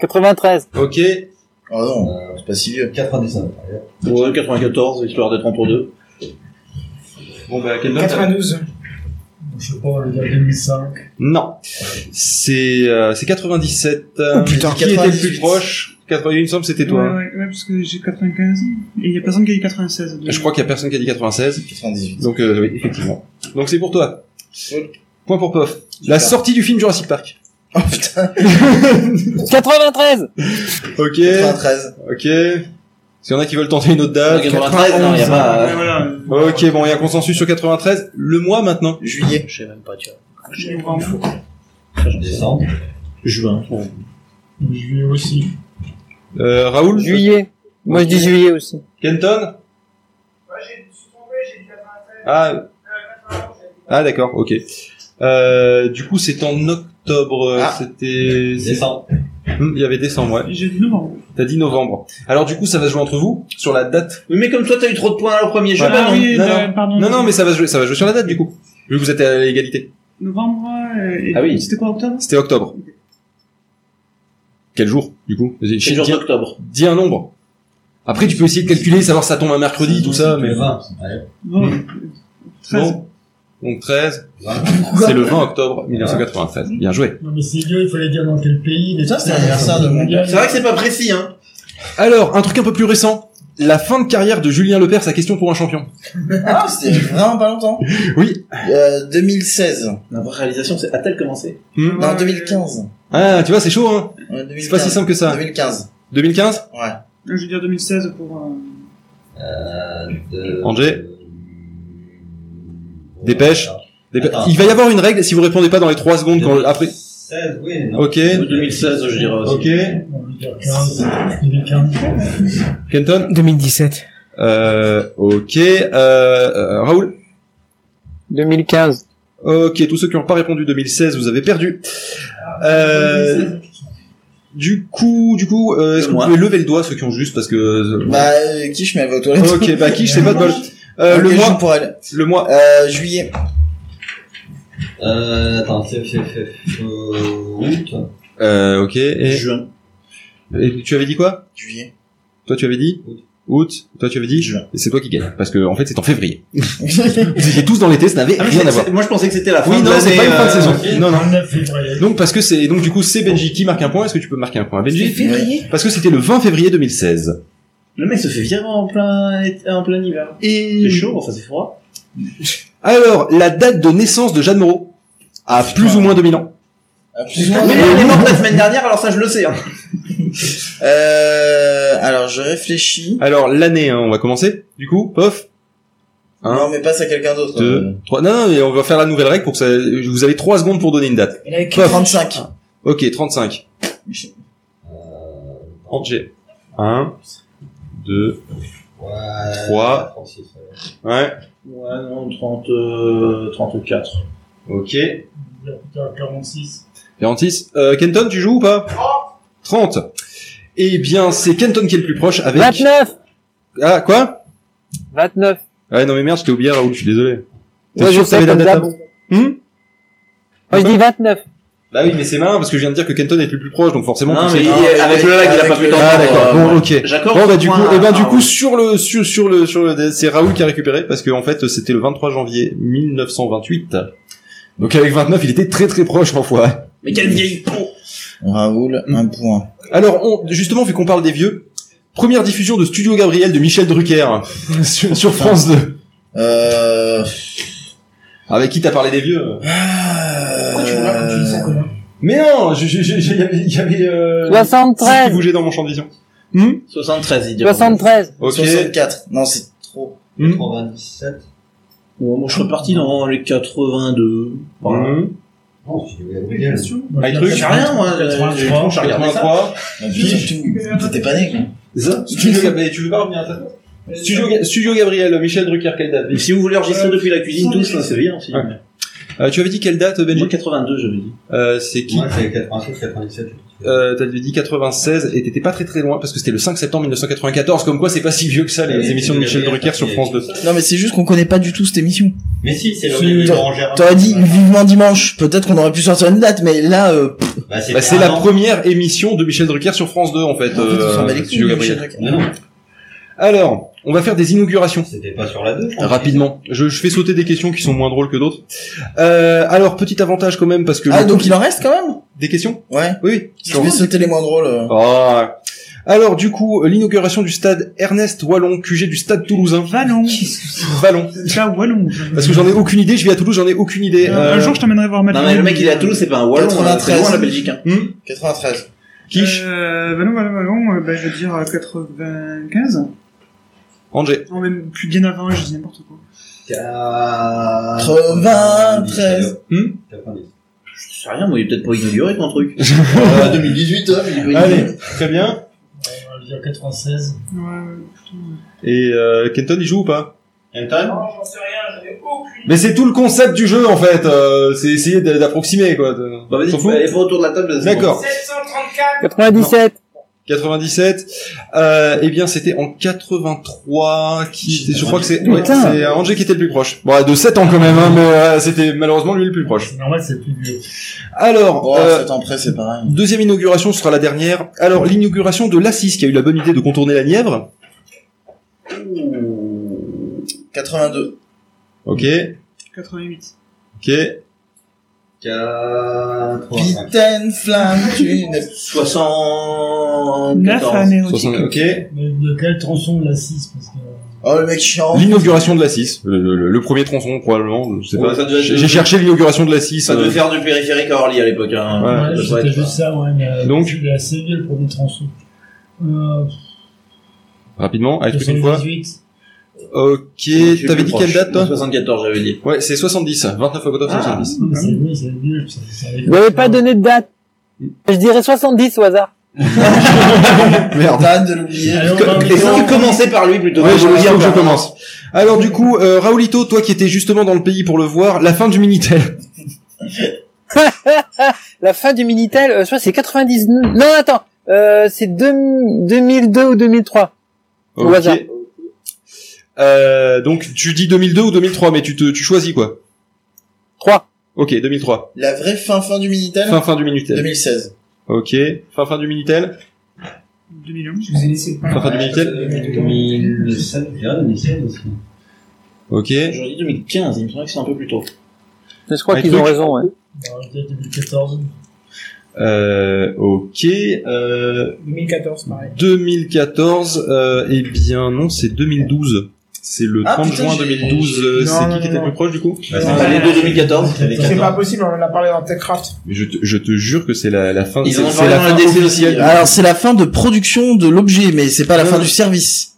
Speaker 9: 93.
Speaker 4: Ok.
Speaker 5: Oh non, c'est pas si vieux.
Speaker 11: 99.
Speaker 7: Ouais, 94, histoire d'être entre deux.
Speaker 4: Bon bah quelle note
Speaker 6: 92.
Speaker 10: Je sais pas, on va dire 2005.
Speaker 4: Non. C'est euh, c'est 97.
Speaker 10: Oh,
Speaker 4: euh,
Speaker 5: putain.
Speaker 4: qui était le plus
Speaker 5: 98.
Speaker 4: proche 88, il me semble que c'était
Speaker 8: Ouais,
Speaker 4: toi.
Speaker 8: ouais,
Speaker 4: hein.
Speaker 8: ouais, parce que j'ai 95. Et il y a personne qui a eu 96.
Speaker 4: Euh, Je crois qu'il y a personne qui a dit 96.
Speaker 5: 98.
Speaker 4: Donc euh, oui, effectivement. Donc c'est pour toi. Point pour Pof. La sortie du film Jurassic Park. Oh putain.
Speaker 9: 93
Speaker 4: Ok. 93. Ok. S'il y en a qui veulent tenter une autre date.
Speaker 7: 93, non, y a
Speaker 4: Ah.
Speaker 7: pas, euh,
Speaker 4: Ok, bon, il y a consensus sur 93. Le mois maintenant. Juillet.
Speaker 7: Je sais même pas, tu vois.
Speaker 8: J'ai vraiment fou.
Speaker 7: Décembre.
Speaker 4: Juin.
Speaker 8: Juillet aussi.
Speaker 4: Euh, Raoul
Speaker 9: Juillet. Moi, je dis juillet aussi.
Speaker 4: Kenton Ah. Ah, d'accord, ok. Euh, du coup, c'est en octobre. C'était.
Speaker 11: Décembre.
Speaker 4: Hmm, Il y avait décembre, ouais.
Speaker 8: J'ai dit novembre.
Speaker 4: T'as dit novembre. Alors, du coup, ça va se jouer entre vous sur la date.
Speaker 7: Oui, mais comme toi, t'as eu trop de points au premier jeu,
Speaker 4: Voilà.
Speaker 7: bah non.
Speaker 8: oui,
Speaker 4: Ah non,
Speaker 8: euh,
Speaker 4: non.
Speaker 8: pardon.
Speaker 4: Non, non, mais ça va se jouer, ça va se jouer sur la date, du coup. Vu que vous êtes à l'égalité.
Speaker 8: Novembre, euh, et
Speaker 4: Ah oui.
Speaker 8: c'était quoi, octobre
Speaker 4: C'était octobre. Quel jour, du coup Vas-y, dis-
Speaker 7: C'est le jour
Speaker 4: dis,
Speaker 7: d'octobre.
Speaker 4: dis un nombre. Après, tu peux essayer de calculer, savoir si ça tombe un mercredi, tout ça, mais...
Speaker 11: Le 20. Allez.
Speaker 8: Bon. 13.
Speaker 4: Hmm. Bon. Donc 13,
Speaker 11: Voilà.
Speaker 4: c'est le 20 octobre 1993. Bien joué.
Speaker 10: Non, mais c'est vieux, il fallait dire dans quel pays.
Speaker 11: Ça, c'est l'anniversaire de mon
Speaker 7: C'est vrai que c'est pas précis, hein.
Speaker 4: Alors, un truc un peu plus récent. La fin de carrière de Julien Lepers, sa question pour un champion.
Speaker 5: Ah, c'était vraiment pas longtemps.
Speaker 4: Oui.
Speaker 5: Euh, 2016.
Speaker 7: La vraie réalisation, c'est a-t-elle commencé
Speaker 4: Hmm.
Speaker 5: Non, 2015.
Speaker 4: Ah, tu vois, c'est chaud, hein
Speaker 5: Ouais,
Speaker 4: C'est pas si simple que ça.
Speaker 5: 2015.
Speaker 4: 2015
Speaker 5: Ouais.
Speaker 8: Je veux dire 2016 pour... Euh...
Speaker 11: Euh, de...
Speaker 4: Angers.
Speaker 11: Bon,
Speaker 4: Dépêche.
Speaker 11: alors,
Speaker 4: Des-
Speaker 11: Attends.
Speaker 4: Il va y avoir une règle, si vous répondez pas dans les 3 secondes, quand... après...
Speaker 11: 16, oui, non.
Speaker 4: Ok.
Speaker 7: Ou 2016, je dirais aussi.
Speaker 4: Ok.
Speaker 10: 2015. 2015.
Speaker 4: Kenton
Speaker 6: 2017.
Speaker 4: Euh, ok. Euh, euh, Raoul
Speaker 9: 2015.
Speaker 4: Ok, tous ceux qui n'ont pas répondu 2016, vous avez perdu. Euh, du coup, du coup, euh, est-ce que vous
Speaker 7: Moi.
Speaker 4: pouvez lever le doigt ceux qui ont juste parce que.
Speaker 5: Bah, euh, qui je m'avais aux toilettes.
Speaker 4: ok, bah qui, je sais pas de bol. Euh, le
Speaker 5: Ok, je joue
Speaker 4: mois,
Speaker 5: pour elle.
Speaker 4: le mois.
Speaker 5: Euh, juillet.
Speaker 11: Euh, attends, c'est, c'est, c'est, c'est, euh, août.
Speaker 4: Euh, ok. Et,
Speaker 7: Juin.
Speaker 4: et tu avais dit quoi
Speaker 5: Juillet.
Speaker 4: Toi, tu avais dit août. Toi, tu avais dit juin. C'est toi qui gagne parce que en fait, c'est en février.
Speaker 5: Juillet.
Speaker 4: Vous étiez tous dans l'été, ça n'avait
Speaker 7: Ah, mais
Speaker 4: rien
Speaker 7: c'est-
Speaker 4: à voir.
Speaker 7: c'est- Moi, je pensais que c'était la fin
Speaker 4: Oui,
Speaker 7: de
Speaker 4: non, c'est
Speaker 7: l'année,
Speaker 4: pas une fin de
Speaker 7: euh,
Speaker 4: saison. Non, non.
Speaker 10: 29 février.
Speaker 4: Donc parce que c'est donc du coup c'est Benji qui marque un point. Est-ce que tu peux marquer un point, à Benji
Speaker 5: février
Speaker 4: Parce que c'était le 20 février 2016.
Speaker 7: Le mec se fait virer en plein, été- en plein hiver.
Speaker 4: Et
Speaker 7: C'est chaud, enfin, c'est froid.
Speaker 4: Alors, la date de naissance de Jeanne Moreau à plus ou moins 2000 ans.
Speaker 5: Ah, plus ou moins.
Speaker 7: Mais elle est morte la semaine dernière, alors ça, je le sais, hein.
Speaker 5: Euh, alors je réfléchis.
Speaker 4: Alors, l'année, hein, on va commencer. Du coup, pof, Un,
Speaker 5: non, mais passe à quelqu'un d'autre. Euh,
Speaker 4: deux, trois. Non, non, mais on va faire la nouvelle règle pour que ça... Vous avez trois secondes pour donner une date.
Speaker 5: Il avait que 35.
Speaker 4: Ok, 35. Angers. 1, 2,
Speaker 11: Ouais,
Speaker 7: Ah,
Speaker 4: Trois.
Speaker 11: Francis, ouais.
Speaker 4: ouais.
Speaker 7: Ouais, non, 30, euh, 34.
Speaker 4: Ok.
Speaker 10: 46.
Speaker 4: 46. Euh, Kenton, tu joues ou pas 30. Eh bien, c'est Kenton qui est le plus proche avec...
Speaker 9: 29
Speaker 4: Ah, quoi
Speaker 9: 29.
Speaker 4: Ouais, Ah non mais merde, je t'ai oublié Raoul, je suis désolé. T'es
Speaker 9: Ouais,
Speaker 4: sûr
Speaker 9: je
Speaker 4: que t'avais
Speaker 9: sais,
Speaker 4: la
Speaker 9: comme
Speaker 4: date
Speaker 9: d'hab.
Speaker 4: avant Hmm
Speaker 9: Moi, je dis 29.
Speaker 4: Bah oui, mais c'est marrant parce que je viens de dire que Kenton est le plus proche, donc forcément.
Speaker 7: Non,
Speaker 4: tu
Speaker 7: mais
Speaker 4: sais-
Speaker 7: il- avec le lag, il a pas pu
Speaker 4: Ah d'accord.
Speaker 7: t'entendre,
Speaker 4: Bon,
Speaker 7: euh,
Speaker 4: ok.
Speaker 7: J'accorde.
Speaker 4: Bon bah du
Speaker 7: point
Speaker 4: coup,
Speaker 7: à-
Speaker 4: et ben du
Speaker 7: à-
Speaker 4: coup sur le sur, sur le sur le c'est Raoul qui a récupéré parce que en fait c'était le 23 janvier 1928. Donc avec 29, il était très très proche parfois.
Speaker 7: Mais quelle vieille peau
Speaker 5: Raoul, un point.
Speaker 4: Alors on, justement vu qu'on parle des vieux, première diffusion de Studio Gabriel de Michel Drucker sur, sur France 2.
Speaker 5: Euh...
Speaker 4: Avec qui t'as parlé des vieux
Speaker 5: Ah,
Speaker 8: Pourquoi tu me
Speaker 5: euh,
Speaker 8: racontes une histoire comme ça
Speaker 4: Mais non, je- je- je- il y avait, il y avait euh, qui
Speaker 9: 73.
Speaker 4: bougeait dans mon champ de vision.
Speaker 7: 73, il dit.
Speaker 9: 73.
Speaker 4: Ok. Mhm.
Speaker 5: 64. Non, c'est trop.
Speaker 4: Hmm.
Speaker 11: 97.
Speaker 7: Ouais, moi, je suis reparti dans les 82. Voilà.
Speaker 4: Mhm.
Speaker 11: Non, c'est Gabriel.
Speaker 4: Un truc,
Speaker 7: J'ai rien, moi. j'ai- j'ai- j'ai regardé ça.
Speaker 4: 83.
Speaker 5: Bah, putain, tout. T'étais pas né, quoi.
Speaker 4: Studio Gabriel, tu veux pas revenir à ta Studio, Ga- Studio Gabriel, Michel Drucker, quelle date
Speaker 7: Mais si vous voulez enregistrer depuis la cuisine tous, là, c'est bien aussi.
Speaker 4: Ouais. Euh, Tu avais dit quelle date, Benji
Speaker 7: Moi, 82, j'avais dit.
Speaker 4: euh, C'est qui
Speaker 11: Moi, c'est 96, 97.
Speaker 4: euh, T'avais dit 96 et t'étais pas très très loin parce que c'était le 5 septembre 1994. Comme quoi, c'est pas si vieux que ça les
Speaker 11: Oui,
Speaker 4: émissions de Michel
Speaker 11: Gabriel,
Speaker 4: Drucker sur
Speaker 11: c'est-
Speaker 4: France 2.
Speaker 5: Non, mais c'est juste qu'on connaît pas du tout cette émission.
Speaker 11: Mais si, c'est le
Speaker 5: Si,
Speaker 11: début de
Speaker 5: t'aurais-
Speaker 11: Ranger.
Speaker 5: T'aurais dit vivement dimanche. Peut-être qu'on aurait pu sortir une date, mais là, euh, pff,
Speaker 11: Bah,
Speaker 4: Bah, c'est la
Speaker 11: un an.
Speaker 4: première émission de Michel Drucker sur France 2 en fait.
Speaker 5: en fait, on s'en bat les
Speaker 4: euh,
Speaker 5: couilles,
Speaker 4: Studio
Speaker 5: Michel
Speaker 4: Gabriel.
Speaker 5: Drucker.
Speaker 11: Non, non,
Speaker 4: Alors, on va faire des inaugurations.
Speaker 11: c'était pas sur la 2.
Speaker 4: Rapidement, je, je fais sauter des questions qui sont moins drôles que d'autres. Euh, alors petit avantage quand même parce que
Speaker 5: Ah,
Speaker 4: le-
Speaker 5: donc il en reste quand même?
Speaker 4: des questions
Speaker 5: Ouais.
Speaker 4: Oui.
Speaker 5: Je vais sauter les moins drôles. euh.
Speaker 4: Ah. Alors du coup, euh, l'inauguration du stade Ernest Wallon, QG du stade toulousain.
Speaker 8: Vallon.
Speaker 4: Vallon.
Speaker 8: Là, Wallon. Euh,
Speaker 4: Parce que euh, j'en ai aucune idée, je vis à Toulouse, j'en ai aucune idée.
Speaker 8: Un jour, je t'emmènerai voir Euh, Madeleine.
Speaker 7: Non, mais le mec, il est à Toulouse, c'est pas un
Speaker 4: euh,
Speaker 7: Wallon, hein, c'est loin la Belgique. Hein.
Speaker 4: hmm,
Speaker 11: 93.
Speaker 4: Quiche.
Speaker 8: Euh, Vallon, Vallon, Vallon, euh, bah, je vais dire euh, 95.
Speaker 4: Angers.
Speaker 8: Non, même plus bien avant, je dis n'importe quoi.
Speaker 5: 93.
Speaker 4: Hmm
Speaker 7: Je sais rien, moi, il est peut-être pas inauguré, ton truc.
Speaker 11: Euh, 2018, hein, il doit y-
Speaker 4: Allez, très bien.
Speaker 10: On va dire 96.
Speaker 8: Ouais, ouais.
Speaker 4: Et euh, Kenton, il joue ou pas
Speaker 11: Anton
Speaker 8: j'en sais rien, j'en ai aucune.
Speaker 4: Mais c'est tout le concept du jeu en fait, euh, c'est essayer d'a- d'approximer quoi. de-
Speaker 7: Bah, vas-y,
Speaker 4: S'en
Speaker 7: tu
Speaker 4: fout
Speaker 7: peux aller faire autour de la table. c'est
Speaker 4: D'accord.
Speaker 8: 734.
Speaker 9: 97.
Speaker 4: 97. Euh, eh bien, c'était en 83. Qui, était- je crois que c'est ouais,
Speaker 9: Putain.
Speaker 4: c'est euh, Angers qui était le plus proche. Bon, de 7 ans quand même, hein, mais euh, c'était malheureusement lui le plus proche.
Speaker 10: C'est normal, c'est plus vieux.
Speaker 4: Alors,
Speaker 5: Oh,
Speaker 4: euh,
Speaker 5: 7 ans près, c'est pareil.
Speaker 4: deuxième inauguration ce sera la dernière. Alors, l'inauguration de l'Assis qui a eu la bonne idée de contourner la Nièvre.
Speaker 5: Mmh. 82.
Speaker 4: Ok,
Speaker 8: 88.
Speaker 4: ok.
Speaker 11: 85.
Speaker 5: Putain, flamme, tu n'es-
Speaker 8: 9
Speaker 7: 74.
Speaker 8: années aussi.
Speaker 4: 60, ok.
Speaker 10: Mais de quel tronçon la 6 Parce que.
Speaker 5: Oh, le mec chiant.
Speaker 4: L'inauguration de l'Assis, le, le- le premier tronçon probablement. Je sais
Speaker 7: Ouais,
Speaker 4: pas.
Speaker 7: ça devait être-
Speaker 4: J'ai j'ai cherché l'inauguration de l'Assis.
Speaker 7: Ça devait
Speaker 4: euh,
Speaker 7: faire du périphérique à Orly à l'époque. Hein.
Speaker 4: Ouais,
Speaker 7: Ça
Speaker 10: Ouais,
Speaker 7: doit
Speaker 10: c'était
Speaker 7: être-
Speaker 10: juste ça, ouais, mais. euh,
Speaker 4: Donc
Speaker 10: Il est assez vieux, le premier tronçon. Euh,
Speaker 4: Rapidement, Ah, avec une fois.
Speaker 10: 78.
Speaker 4: Ok,
Speaker 7: Je suis
Speaker 4: t'avais
Speaker 7: plus
Speaker 4: dit
Speaker 7: proche.
Speaker 4: quelle date toi
Speaker 7: 74, j'avais dit.
Speaker 4: Ouais, c'est Ah. 70, 29 octobre 70.
Speaker 10: Mais C'est oui, c'est vieux. ça- ça-
Speaker 9: Vous n'avez pas donné de date. Je dirais 70 au hasard.
Speaker 4: Merde.
Speaker 5: T'as hâte de l'oublier.
Speaker 10: Allons,
Speaker 7: Que-
Speaker 10: Raoul,
Speaker 7: Est-ce que tu commençais par lui plutôt
Speaker 4: Ouais, je veux dire que je
Speaker 7: par-
Speaker 4: commence. Alors du coup, euh, Raoulito, toi qui étais justement dans le pays pour le voir, la fin du Minitel.
Speaker 9: La fin du Minitel, euh, je crois que c'est 99. Non, attends. Euh, c'est deux- 2002 ou 2003. Au
Speaker 4: Ok.
Speaker 9: hasard.
Speaker 4: Euh, donc tu dis 2002 ou 2003, mais tu te, tu choisis quoi
Speaker 9: 3.
Speaker 4: Ok, 2003.
Speaker 5: La vraie fin fin du Minitel
Speaker 4: Fin fin du Minitel.
Speaker 5: 2016.
Speaker 4: Ok. Fin fin du Minitel.
Speaker 8: 2001.
Speaker 11: Je vous ai laissé
Speaker 4: Fin fin du Minitel.
Speaker 11: 2007, je dirais 2007 aussi.
Speaker 4: Ok.
Speaker 7: J'aurais dit 2015, il me semble que c'est un peu plus tôt.
Speaker 9: Je crois
Speaker 4: Un
Speaker 9: qu'ils ont
Speaker 4: truc.
Speaker 9: raison. Ouais.
Speaker 10: on va dire 2014.
Speaker 4: Euh, ok. Euh,
Speaker 6: 2014, pareil.
Speaker 4: 2014, euh, eh bien non, c'est 2012. C'est le
Speaker 5: Ah,
Speaker 4: 30
Speaker 5: putain,
Speaker 4: juin
Speaker 5: j'ai-
Speaker 4: 2012. euh,
Speaker 6: Non,
Speaker 4: C'est
Speaker 6: non,
Speaker 4: qui qui
Speaker 6: non,
Speaker 4: était le
Speaker 6: non.
Speaker 4: plus proche du coup
Speaker 7: c'est pas les deux 2014. c'est les
Speaker 6: C'est
Speaker 7: 14.
Speaker 6: pas possible, on en a parlé dans Techcraft.
Speaker 4: Mais je, te, je te jure que c'est la, la fin.
Speaker 7: Ils
Speaker 4: c'est-
Speaker 7: en ont
Speaker 4: c'est
Speaker 7: parlé
Speaker 4: la
Speaker 7: dans
Speaker 4: fin
Speaker 7: la DC
Speaker 4: officielle.
Speaker 7: aussi, hein.
Speaker 5: Alors, c'est la fin de production de l'objet, mais c'est pas la
Speaker 4: Non,
Speaker 5: fin
Speaker 4: non.
Speaker 5: du service.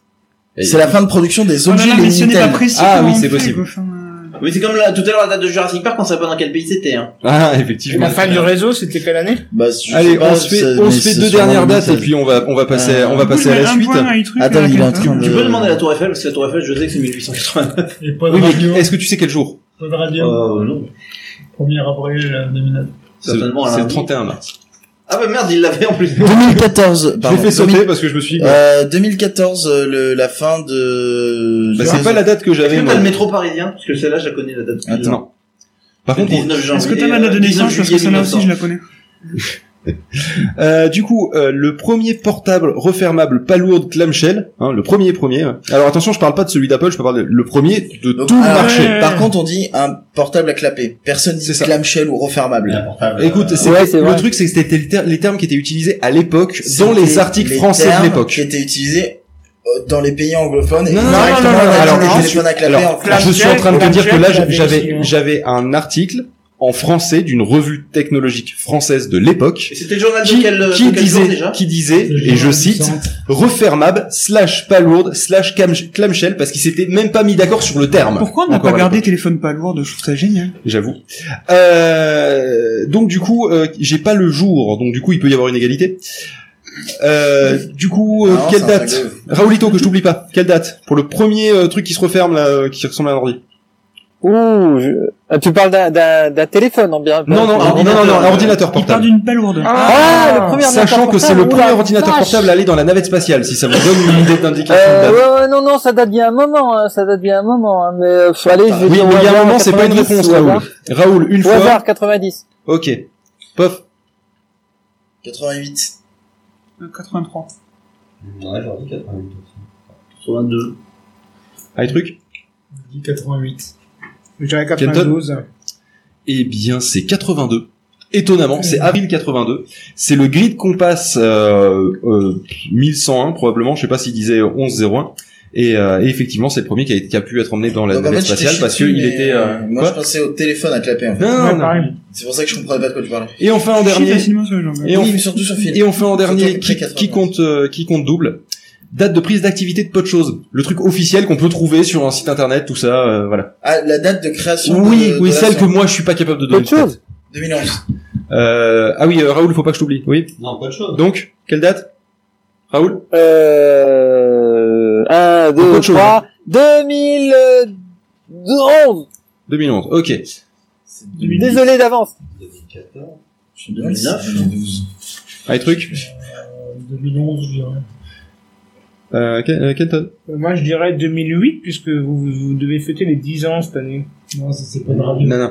Speaker 4: Et-
Speaker 5: C'est la fin de production des
Speaker 8: Oh là
Speaker 5: objets,
Speaker 8: là, mais
Speaker 5: les
Speaker 8: si on n'est pas
Speaker 5: Minitel.
Speaker 8: précis,
Speaker 4: Ah,
Speaker 8: comment
Speaker 4: oui,
Speaker 8: on
Speaker 4: c'est
Speaker 8: fait,
Speaker 4: possible.
Speaker 8: quoi, enfin, euh,
Speaker 7: Mais c'est comme là, tout à l'heure la date de Jurassic Park, on savait pas dans quel pays c'était. Hein.
Speaker 4: Ah,
Speaker 6: Et
Speaker 4: effectivement.
Speaker 6: la fin du réseau, c'était quelle année
Speaker 5: Bah, je sais
Speaker 4: Allez,
Speaker 5: pas,
Speaker 4: on se fait,
Speaker 5: c'est-
Speaker 4: on
Speaker 5: mais
Speaker 4: se fait
Speaker 5: c'est
Speaker 4: deux
Speaker 5: sûrement
Speaker 4: dernières dates et
Speaker 5: 2016.
Speaker 4: puis on va, on va passer,
Speaker 5: Euh,
Speaker 4: on va
Speaker 8: du coup, je
Speaker 4: passer à
Speaker 8: mets
Speaker 4: la
Speaker 8: un
Speaker 4: suite.
Speaker 8: point à un truc,
Speaker 5: Attends,
Speaker 8: à
Speaker 5: il est
Speaker 8: quelqu'un.
Speaker 5: en train de-
Speaker 7: Tu peux
Speaker 5: Euh,
Speaker 7: demander à la Tour Eiffel, parce que la Tour Eiffel, je sais que c'est 1889.
Speaker 10: Et pas de
Speaker 4: Oui, mais
Speaker 10: radio.
Speaker 4: est-ce que tu sais quel jour
Speaker 10: Pas de radio.
Speaker 7: Euh, non.
Speaker 10: 1er avril euh, 2009.
Speaker 4: C'est
Speaker 7: Certainement, un
Speaker 4: c'est le
Speaker 7: lundi.
Speaker 4: 31 mars.
Speaker 7: Ah bah merde, il l'avait en plus.
Speaker 5: 2014,
Speaker 4: Je l'ai
Speaker 5: pardon.
Speaker 4: fait sauter
Speaker 5: 2000
Speaker 4: parce que je me suis dit,
Speaker 5: euh, 2014, euh, le, la fin de...
Speaker 4: bah,
Speaker 5: du
Speaker 4: c'est
Speaker 5: réseau.
Speaker 4: pas la date que
Speaker 7: Est-ce
Speaker 4: j'avais.
Speaker 7: que
Speaker 4: moi.
Speaker 7: t'as le métro parisien Parce que celle-là, je la connais la date. depuis
Speaker 5: Attends.
Speaker 7: longtemps.
Speaker 4: Non. Par
Speaker 7: Le
Speaker 4: contre, on-
Speaker 7: 19 janvier.
Speaker 8: Est-ce que t'as ma date de
Speaker 7: 19
Speaker 8: naissance Parce que
Speaker 7: juillet
Speaker 8: celle-là aussi, je
Speaker 7: 1900.
Speaker 8: la connais.
Speaker 4: Euh, du coup, euh, le premier portable refermable palourde clamshell, hein, le premier premier. ouais. Alors attention, je parle pas de celui d'Apple, je parle de- le premier de
Speaker 5: Donc,
Speaker 4: tout le
Speaker 5: ah ouais.
Speaker 4: marché.
Speaker 5: Par contre, on dit un portable à clapper. Personne dit
Speaker 4: C'est ça.
Speaker 5: clamshell ou refermable.
Speaker 11: portable.
Speaker 4: Écoute, c'est-
Speaker 9: Ouais, c'est
Speaker 4: le
Speaker 9: vrai.
Speaker 4: truc, c'est que c'était les, ter- les termes qui étaient utilisés à l'époque dans
Speaker 5: C'était
Speaker 4: les articles
Speaker 5: les
Speaker 4: français de
Speaker 5: termes
Speaker 4: l'époque.
Speaker 5: Qui étaient utilisés euh, dans les pays anglophones. et
Speaker 4: Non, non,
Speaker 5: directement,
Speaker 4: non, non, non,
Speaker 5: on a
Speaker 4: non,
Speaker 5: dit
Speaker 4: non,
Speaker 5: les
Speaker 4: non,
Speaker 5: téléphones à clapper
Speaker 4: Alors,
Speaker 5: en
Speaker 6: clap-
Speaker 4: je suis en train de te
Speaker 6: Clamshell,
Speaker 4: dire que là,
Speaker 6: Clamshell,
Speaker 4: j'avais
Speaker 6: j'avais-
Speaker 4: j'avais un article en français d'une revue technologique française de l'époque
Speaker 7: Et c'était le journal
Speaker 4: qui,
Speaker 7: de
Speaker 4: qui
Speaker 7: quel, de quel jour
Speaker 4: disait
Speaker 7: déjà
Speaker 4: qui disait et je cite refermable slash palourde slash clam- clamshell parce qu'ils s'étaient même pas mis d'accord sur le terme.
Speaker 8: Pourquoi on n'a
Speaker 4: Encore
Speaker 8: pas
Speaker 4: à
Speaker 8: gardé téléphone pas lourd Je trouve ça génial.
Speaker 4: J'avoue. Euh, donc du coup, euh, j'ai pas le jour, donc du coup, il peut y avoir une égalité. Euh, du coup, euh,
Speaker 5: Ah, c'est
Speaker 4: quelle
Speaker 5: un
Speaker 4: date
Speaker 5: truc
Speaker 4: Raoulito, que je t'oublie pas. Quelle date Pour le premier euh, truc qui se referme, là, euh, qui ressemble à un ordi.
Speaker 9: Ouh, je- ah, tu parles d'un- d'un d'un téléphone en bien.
Speaker 4: Non, non, non, non, non, non, ordinateur
Speaker 8: Il part
Speaker 4: portable.
Speaker 8: d'une palourde.
Speaker 9: Ah, le premier
Speaker 4: Sachant
Speaker 9: ordinateur
Speaker 4: que c'est le
Speaker 9: portable, oula,
Speaker 4: premier ordinateur
Speaker 9: vache.
Speaker 4: portable à aller dans la navette spatiale, si ça vous donne une idée d'indication. de
Speaker 9: Euh,
Speaker 4: date.
Speaker 9: ouais, ouais, non, non, ça date bien un moment, hein, ça date bien un moment, hein, mais euh, pff, allez, je vais
Speaker 4: Oui,
Speaker 9: dire
Speaker 4: mais il y a un moment, c'est pas une
Speaker 9: 90
Speaker 4: réponse,
Speaker 9: au
Speaker 4: Raoul.
Speaker 9: hasard.
Speaker 4: Raoul, une
Speaker 9: Au
Speaker 4: fois.
Speaker 9: hasard, 90.
Speaker 4: Ok. Pof.
Speaker 5: 88.
Speaker 8: Euh, 83.
Speaker 11: Ouais, j'aurais dit 88 aussi.
Speaker 7: 82.
Speaker 4: Allez, truc.
Speaker 10: Je dis 88.
Speaker 6: Je dirais
Speaker 4: Kenton
Speaker 6: 92.
Speaker 4: Eh bien, c'est 82. Étonnamment, c'est avril 82. C'est le grid compass euh, euh, 1101 probablement. Je sais pas s'il disait 1101. Et, euh, et effectivement, c'est le premier qui a, été- qui a pu être emmené dans la
Speaker 5: Donc, en
Speaker 4: navette
Speaker 5: fait,
Speaker 4: spatiale
Speaker 5: j'étais
Speaker 4: parce
Speaker 5: chichi,
Speaker 4: qu'il
Speaker 5: mais,
Speaker 4: était. euh,
Speaker 5: euh, moi,
Speaker 4: quoi Hein
Speaker 5: je pensais au téléphone à clapper, en fait.
Speaker 4: Non, non, non.
Speaker 5: C'est pour ça que je comprenais pas de quoi tu parlais.
Speaker 4: Et enfin en
Speaker 5: Je suis
Speaker 4: dernier.
Speaker 5: facilement sur les jambes.
Speaker 4: Et,
Speaker 5: Oui,
Speaker 4: on-
Speaker 5: mais surtout sur film.
Speaker 4: et enfin en dernier,
Speaker 5: Surtout après
Speaker 4: qui, qui compte euh, qui compte double. Date de prise d'activité de peu de choses. Le truc officiel qu'on peut trouver sur un site internet, tout ça, euh, voilà.
Speaker 5: Ah, la date de création
Speaker 4: Oui,
Speaker 5: de- de
Speaker 4: oui,
Speaker 5: la
Speaker 4: celle que
Speaker 5: sonde.
Speaker 4: moi je suis pas capable de donner.
Speaker 5: Peu de choses.
Speaker 4: peut-être.
Speaker 5: 2011.
Speaker 4: Euh, ah oui, euh, Raoul, faut pas que je t'oublie. Oui.
Speaker 11: Non, pas de chose.
Speaker 4: Donc, quelle date Raoul
Speaker 9: Euh, 1, 2,
Speaker 4: Autre chose.
Speaker 9: 3, 2011.
Speaker 4: 2011. Ok.
Speaker 9: Désolé d'avance.
Speaker 11: Je suis 2009.
Speaker 4: Allez,
Speaker 10: Euh,
Speaker 4: truc.
Speaker 12: 2011, je dirais.
Speaker 4: Euh, Ken- euh, Kenton.
Speaker 6: Moi, je dirais 2008, puisque vous, vous devez fêter les 10 ans cette année.
Speaker 12: Non, ça c'est
Speaker 4: Non, non.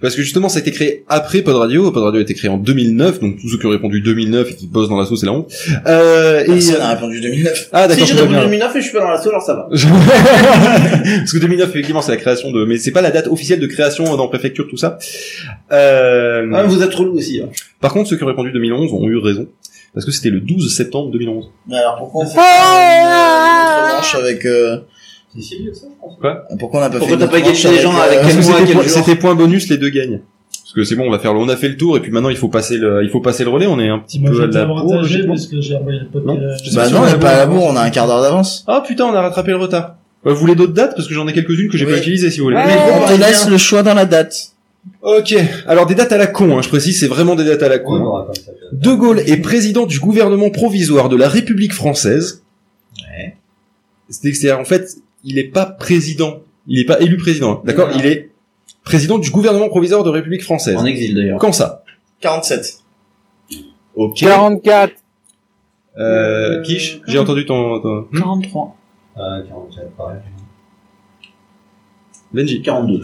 Speaker 4: Parce que justement, ça a été créé après Pod Radio. Pod Radio a été créé en 2009, donc tous ceux qui ont répondu 2009 et qui bossent dans la sauce, c'est la honte. Euh,
Speaker 5: Personne
Speaker 4: et...
Speaker 5: n'a répondu 2009.
Speaker 4: Ah, d'accord.
Speaker 7: Si
Speaker 4: je
Speaker 7: j'ai
Speaker 4: comprends
Speaker 7: répondu
Speaker 4: bien.
Speaker 7: 2009 et je suis pas dans la salle, alors ça va.
Speaker 4: Parce que 2009, effectivement, c'est la création de, mais c'est pas la date officielle de création dans préfecture, tout ça. Euh...
Speaker 7: Ah, mais vous êtes relou aussi. hein.
Speaker 4: Par contre, ceux qui ont répondu 2011 ont eu raison. Parce que c'était le 12 septembre 2011.
Speaker 5: Mais alors pourquoi on
Speaker 9: Ah,
Speaker 5: fait pas une, une autre manche avec euh...
Speaker 11: C'est si vieux que ça, je pense.
Speaker 4: Quoi?
Speaker 5: Pourquoi on n'a pas
Speaker 7: Pourquoi
Speaker 5: fait une
Speaker 7: t'as
Speaker 5: autre
Speaker 7: pas
Speaker 5: manche
Speaker 7: égalisé les gens avec
Speaker 5: euh,
Speaker 4: Parce que
Speaker 7: mois,
Speaker 4: c'était
Speaker 7: quel
Speaker 4: point-
Speaker 7: jour
Speaker 4: c'était point bonus, les deux gagnent. Parce que c'est bon, on va faire le, on a fait le tour, et puis maintenant il faut passer le, il faut passer le relais, on est un petit
Speaker 12: Moi,
Speaker 4: peu à
Speaker 12: j'étais
Speaker 4: la bourre,
Speaker 12: avantagé
Speaker 4: logiquement.
Speaker 12: parce que j'ai envoyé le pote.
Speaker 4: Non,
Speaker 12: euh,
Speaker 4: je sais
Speaker 5: Bah
Speaker 4: si
Speaker 5: non, on
Speaker 4: a
Speaker 5: n'est
Speaker 4: la
Speaker 5: pas à la
Speaker 4: bourre.
Speaker 5: bourre, on a un quart d'heure d'avance.
Speaker 4: Ah putain, on a rattrapé le retard. Euh, Vous voulez d'autres dates Parce que j'en ai quelques-unes que j'ai
Speaker 5: Oui.
Speaker 4: pas utilisées si vous voulez.
Speaker 7: Ah,
Speaker 5: Mais on te laisse le choix dans la date.
Speaker 4: Ok, alors des dates à la con, hein, je précise, c'est vraiment des dates à la con. hein. De Gaulle est président du gouvernement provisoire de la République française.
Speaker 7: Ouais.
Speaker 4: C'est- C'est-à-dire, en fait, il n'est pas président, il n'est pas élu président, hein, d'accord
Speaker 7: Non.
Speaker 4: Il est président du gouvernement provisoire de République française.
Speaker 7: En exil d'ailleurs.
Speaker 4: Quand ça
Speaker 5: 47.
Speaker 4: Ok.
Speaker 9: 44.
Speaker 4: Euh, Quiche, j'ai entendu ton... ton...
Speaker 9: Hmm.
Speaker 12: 43.
Speaker 11: Euh, 44, pareil.
Speaker 4: Benji.
Speaker 7: 42.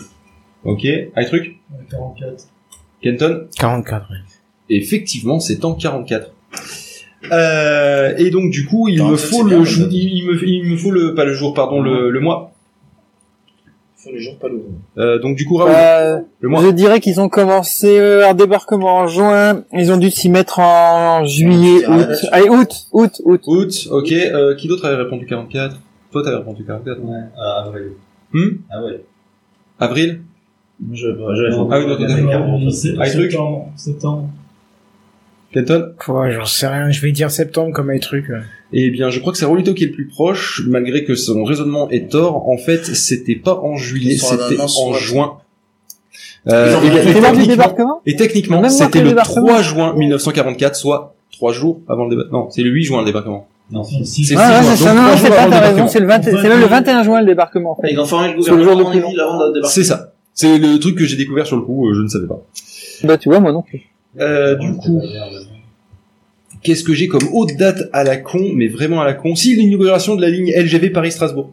Speaker 4: Ok, un truc
Speaker 12: euh, 44.
Speaker 4: Kenton
Speaker 6: 44, oui.
Speaker 4: Effectivement, c'est en 44. Euh, et donc du coup, il me
Speaker 5: 47,
Speaker 4: faut
Speaker 5: c'est bien,
Speaker 4: le
Speaker 5: comme
Speaker 4: jou-
Speaker 5: date.
Speaker 4: il, me, il me faut le pas le jour, pardon, le, le mois.
Speaker 5: Faut les jours pas lourds.
Speaker 4: Euh, donc du coup, Raoul,
Speaker 9: Euh,
Speaker 4: le mois.
Speaker 9: je dirais qu'ils ont commencé euh, leur débarquement en juin. Ils ont dû s'y mettre en
Speaker 5: Je
Speaker 9: juillet,
Speaker 5: dirais
Speaker 9: août.
Speaker 5: là-dessus.
Speaker 9: Allez, août, août, août.
Speaker 4: Août, ok. Euh, qui d'autre avait répondu 44 Toi, t'avais répondu 44.
Speaker 11: Ouais, euh, avril.
Speaker 4: Hmm
Speaker 11: Avril.
Speaker 4: Avril
Speaker 7: Ah Je, bah, j'avais fait-
Speaker 4: Ah oui, non,
Speaker 11: Avril,
Speaker 4: non, non.
Speaker 11: 40.
Speaker 12: C'est-
Speaker 4: Ah, truc.
Speaker 12: septembre, septembre.
Speaker 4: Kenton
Speaker 6: Quoi, j'en sais rien. Je vais dire septembre comme un truc.
Speaker 4: Eh bien, je crois que c'est Rolito qui est le plus proche, malgré que son raisonnement est tort. En fait, c'était pas en juillet,
Speaker 5: Ce soir,
Speaker 4: c'était
Speaker 5: maintenant, ce
Speaker 4: en
Speaker 5: soir.
Speaker 4: juin. Euh,
Speaker 5: Ils ont
Speaker 4: et-
Speaker 5: fait
Speaker 4: et
Speaker 9: C'est l'heure du
Speaker 4: techniquement-
Speaker 9: débarquement
Speaker 4: Et techniquement,
Speaker 9: Même moi,
Speaker 4: c'était
Speaker 9: c'est
Speaker 4: le
Speaker 9: le débarquement.
Speaker 4: 3 juin 1944, soit 3 jours avant le débarquement. Non, c'est le 8 juin le débarquement.
Speaker 11: Non,
Speaker 12: Si, si.
Speaker 4: C'est
Speaker 9: Ouais, ouais,
Speaker 4: six mois,
Speaker 9: Ah, c'est
Speaker 4: donc
Speaker 9: ça. Non,
Speaker 4: trois
Speaker 9: non,
Speaker 4: jours
Speaker 9: c'est
Speaker 4: avant
Speaker 9: pas,
Speaker 4: le
Speaker 9: t'as raison.
Speaker 4: débarquement.
Speaker 9: C'est le 20, c'est même le 21 juin le débarquement, en fait.
Speaker 7: Ils ont formé le
Speaker 9: C'est le jour
Speaker 7: gouvernement Ah, en
Speaker 9: de
Speaker 7: exil avant de débarquer.
Speaker 4: C'est ça. C'est le truc que j'ai découvert sur le coup, euh, je ne savais pas.
Speaker 9: Bah, tu vois, moi non plus.
Speaker 4: Euh, du coup, qu'est-ce que j'ai comme haute date à la con, mais vraiment à la con Si l'inauguration de la ligne LGV Paris-Strasbourg.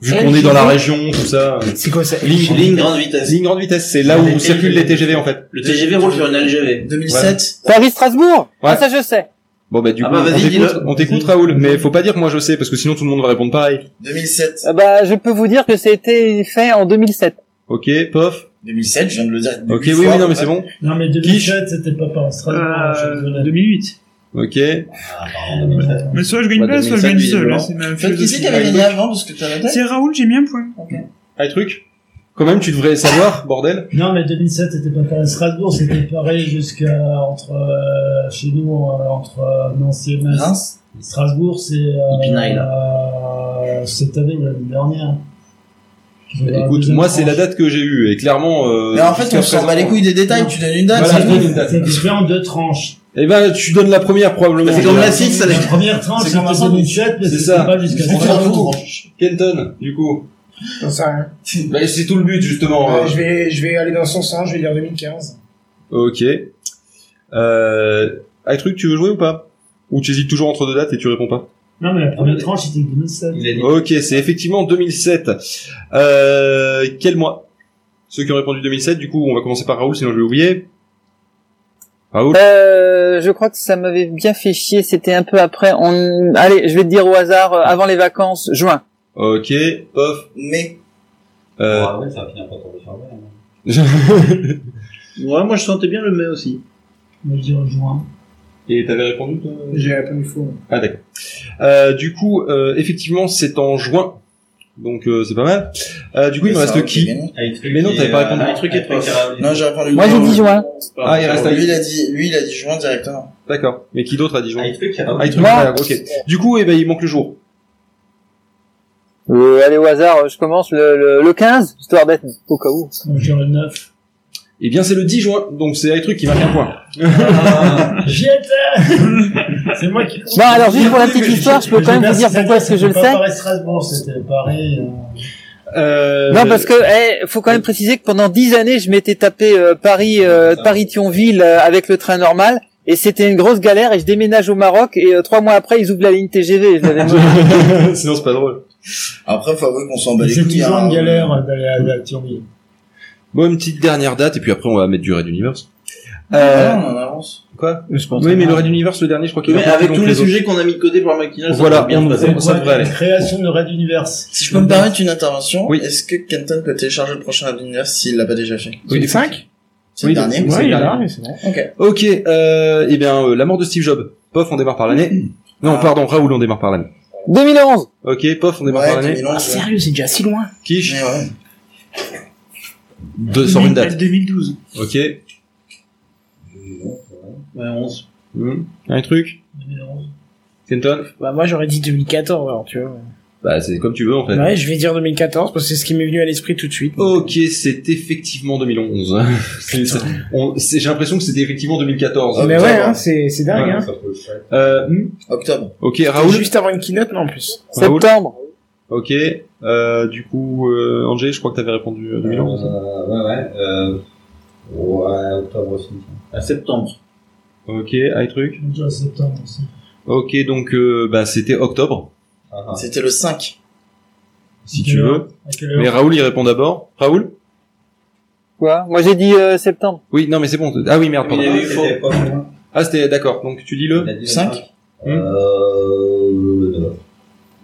Speaker 4: Vu qu'on est dans la région, tout ça. euh,
Speaker 6: C'est quoi ça
Speaker 4: Ligne,
Speaker 7: Ligne grande vitesse.
Speaker 4: ligne grande vitesse, c'est là où
Speaker 7: Les
Speaker 4: circulent les
Speaker 7: LGV.
Speaker 4: TGV en fait.
Speaker 7: Le TGV roule sur une LGV.
Speaker 5: 2007.
Speaker 9: Paris-Strasbourg
Speaker 4: Ouais.
Speaker 9: Ah, ça je sais.
Speaker 4: Bon bah du
Speaker 7: Ah
Speaker 4: coup,
Speaker 7: bah,
Speaker 4: on
Speaker 7: vas-y,
Speaker 4: t'écoute-
Speaker 7: dis-le.
Speaker 4: on t'écoute Raoul, mais faut pas dire que moi je sais parce que sinon tout le monde va répondre pareil.
Speaker 5: 2007.
Speaker 9: Ah Bah, je peux vous dire que c'était fait en 2007.
Speaker 4: Ok, pof.
Speaker 5: 2007, je viens de le dire.
Speaker 4: Ok,
Speaker 5: huit
Speaker 4: oui,
Speaker 5: fois,
Speaker 4: oui, non
Speaker 5: en
Speaker 4: mais
Speaker 5: fait.
Speaker 4: c'est bon.
Speaker 12: Non, mais 2007, c'était pas par Strasbourg. je suis
Speaker 8: Euh,
Speaker 12: désolé.
Speaker 8: 2008.
Speaker 4: Ok.
Speaker 8: Mais soit je gagne
Speaker 4: Ouais,
Speaker 8: pas, soit je gagne
Speaker 4: 2007,
Speaker 8: seul. hein,
Speaker 4: visiblement.
Speaker 8: C'est ma
Speaker 5: Toi, qui c'est
Speaker 8: philosophie.
Speaker 5: qui avait gagné avant parce que t'as la date
Speaker 8: C'est Raoul, j'ai mis un point.
Speaker 4: Un truc Quand même, tu devrais savoir, bordel.
Speaker 12: Non, mais 2007, c'était pas pareil. Strasbourg, c'était pareil jusqu'à entre euh, chez nous, euh, entre euh, Nancy et Metz.
Speaker 5: Mince.
Speaker 12: Strasbourg, c'est
Speaker 7: Épinay,
Speaker 12: euh, cette année ou l'année dernière.
Speaker 4: Bah, Écoute, moi c'est la date que j'ai eue et clairement. Euh,
Speaker 5: Mais en fait,
Speaker 4: jusqu'à
Speaker 5: on s'en bat
Speaker 4: présent-
Speaker 5: les couilles des détails, tu donnes une date.
Speaker 4: Voilà,
Speaker 5: c'est
Speaker 4: je donne
Speaker 5: tout.
Speaker 4: une date.
Speaker 12: C'est divisé en deux tranches.
Speaker 4: Eh ben, tu donnes la première probablement.
Speaker 7: C'est comme la
Speaker 4: Voilà.
Speaker 7: 6,
Speaker 12: La première tranche,
Speaker 5: C'est comme un
Speaker 12: c'était
Speaker 5: sandwich.
Speaker 12: 2007, mais
Speaker 4: C'est
Speaker 12: c'était
Speaker 4: ça.
Speaker 12: pas jusqu'à
Speaker 4: On s'en
Speaker 12: Strasbourg.
Speaker 4: fout. Kenton, du coup.
Speaker 6: J'en sais rien.
Speaker 4: Bah, c'est tout le but justement.
Speaker 6: Euh, je, vais, je vais aller dans son sens, je vais dire 2015.
Speaker 4: Ok. Euh, un truc, tu veux jouer ou pas Ou tu hésites toujours entre deux dates et tu réponds pas
Speaker 12: Non, mais la première tranche, c'était 2007.
Speaker 7: Il a dit.
Speaker 4: Ok, c'est effectivement 2007. Euh, quel mois Ceux qui ont répondu 2007, du coup, on va commencer par Raoul, sinon je vais oublier. Raoul
Speaker 9: Euh, je crois que ça m'avait bien fait chier. C'était un peu après. On... Allez, je vais te dire au hasard, euh, avant les vacances, juin.
Speaker 4: Ok, pof.
Speaker 5: Mais
Speaker 4: Euh,
Speaker 11: Ah ouais, ça va finir par tomber sur moi.
Speaker 4: je-
Speaker 7: Ouais, moi je sentais bien le mai aussi.
Speaker 12: Moi je dirais juin.
Speaker 4: Et t'avais répondu toi
Speaker 6: J'ai répondu faux.
Speaker 4: Ah d'accord. Euh, du coup, euh, effectivement, c'est en juin. Donc euh, c'est pas mal. Euh, du coup, il me
Speaker 5: Ça
Speaker 4: reste
Speaker 5: aurait
Speaker 4: qui
Speaker 5: gagné.
Speaker 7: Ah,
Speaker 4: Mais non, t'avais pas répondu.
Speaker 7: Un euh, ah, truc et trois.
Speaker 5: Non, j'ai répondu.
Speaker 9: Moi, j'ai dit juin.
Speaker 4: Ah, il reste
Speaker 5: lui,
Speaker 4: Aït.
Speaker 5: il a dit, lui, il a dit juin directement.
Speaker 4: D'accord. Mais qui d'autre a dit juin
Speaker 5: répondu.
Speaker 4: Ah, Aït,
Speaker 5: Moi.
Speaker 4: voilà, ok. Du coup, eh ben, il manque le jour.
Speaker 9: Euh, allez, au hasard, euh, je commence le, le, le 15, histoire d'être au cas où.
Speaker 12: Moi je dirais le 9.
Speaker 4: Eh bien, c'est le 10 juin. Donc c'est un truc qui marque un point.
Speaker 12: J'y étais C'est moi qui.
Speaker 9: Non, alors, juste pour la petite histoire, je peux quand même vous dire pourquoi est-ce que je le sais.
Speaker 12: C'était pas pareil Strasbourg, c'était pareil. euh,
Speaker 4: Euh,
Speaker 9: Non, parce que eh, faut quand même préciser que pendant dix années, je m'étais tapé euh, Paris, euh, Paris-Thionville euh, avec le train normal, et c'était une grosse galère. Et je déménage au Maroc, et euh, trois mois après, ils ouvrent la ligne TGV. et je l'avais mal.
Speaker 4: Sinon, c'est pas drôle.
Speaker 5: Après, faut avouer qu'on s'en bat les
Speaker 12: C'est
Speaker 5: couilles.
Speaker 12: toujours
Speaker 5: hein.
Speaker 12: une galère euh, d'aller à la Thionville.
Speaker 4: Bon, une petite dernière date et puis après on va mettre du Red Universe.
Speaker 5: Ah,
Speaker 4: Euh,
Speaker 5: non, on avance.
Speaker 4: quoi Oui, mais le Red Universe, le dernier, je crois qu'il est
Speaker 7: Mais
Speaker 4: un peu
Speaker 7: avec
Speaker 4: plus
Speaker 7: tous
Speaker 4: long que
Speaker 7: les
Speaker 4: autres.
Speaker 7: sujets qu'on a mis de côté pour le maquillage, ça
Speaker 4: Voilà,
Speaker 7: va bien
Speaker 4: on-
Speaker 7: se passer.
Speaker 4: Ça devrait aller.
Speaker 12: Création de Red Universe.
Speaker 5: Si je peux me permettre une intervention,
Speaker 4: Oui.
Speaker 5: est-ce que Kenton peut télécharger le prochain Red Universe s'il l'a pas déjà fait
Speaker 4: Oui,
Speaker 6: C'est 5
Speaker 5: C'est
Speaker 4: Oui,
Speaker 5: le dernier
Speaker 4: c'est-
Speaker 5: c'est-
Speaker 4: Ouais, il est là,
Speaker 6: mais c'est bon.
Speaker 5: Ok.
Speaker 4: Ok, euh, eh bien, euh, la mort de Steve Jobs. Pof, on démarre par l'année. Non, pardon, Raoul, on démarre par l'année.
Speaker 9: 2011.
Speaker 4: Ok, pof, on démarre
Speaker 5: Ouais,
Speaker 4: par l'année. Ah,
Speaker 8: Ah,
Speaker 5: 2011, ouais.
Speaker 6: Sérieux, c'est déjà si loin.
Speaker 4: Quiche,
Speaker 5: Mais ouais.
Speaker 4: deux, sort une date.
Speaker 8: 2012.
Speaker 4: Ok.
Speaker 7: Ouais, 11.
Speaker 4: Hmm. Un truc Kenton
Speaker 6: Bah, moi j'aurais dit 2014, alors tu vois.
Speaker 4: Bah, c'est comme tu veux, en fait.
Speaker 6: Ouais, je vais dire 2014 parce que c'est ce qui m'est venu à l'esprit tout de suite.
Speaker 4: Ok, c'est effectivement 2011. C'est- c'est- on- c'est- J'ai l'impression que c'était effectivement 2014.
Speaker 6: Mais
Speaker 5: ça
Speaker 6: ouais,
Speaker 5: va.
Speaker 6: hein, c'est c'est dingue.
Speaker 4: Ouais,
Speaker 6: hein.
Speaker 4: Euh, hmm.
Speaker 5: Octobre.
Speaker 4: ok,
Speaker 6: Raoul
Speaker 4: Raoul.
Speaker 6: Juste avant une keynote, non en plus.
Speaker 4: Raoul.
Speaker 9: Septembre.
Speaker 4: Ok. Euh, du coup, euh, Angé, je crois que t'avais répondu euh, 2011.
Speaker 11: Euh, ouais, ouais. Euh,
Speaker 4: Ah,
Speaker 11: ouais, octobre aussi.
Speaker 7: À septembre.
Speaker 4: Ok, un truc.
Speaker 12: Je dirais septembre aussi.
Speaker 4: Ok, donc euh, bah, c'était octobre,
Speaker 11: Ah, ah.
Speaker 5: C'était le 5.
Speaker 4: si
Speaker 12: Ok.
Speaker 4: tu veux.
Speaker 12: À quelle
Speaker 4: Mais
Speaker 12: heure
Speaker 4: Raoul, il répond d'abord. Raoul
Speaker 9: Quoi Moi, j'ai dit euh, septembre.
Speaker 4: Oui, non, mais c'est bon. Ah oui, merde,
Speaker 7: Il y
Speaker 4: pardon.
Speaker 7: avait eu faux.
Speaker 11: C'était pas loin.
Speaker 4: Ah, c'était d'accord. Donc tu dis
Speaker 11: Il a
Speaker 4: le
Speaker 11: dit le
Speaker 5: Cinq.
Speaker 11: cinq. Euh, le neuf.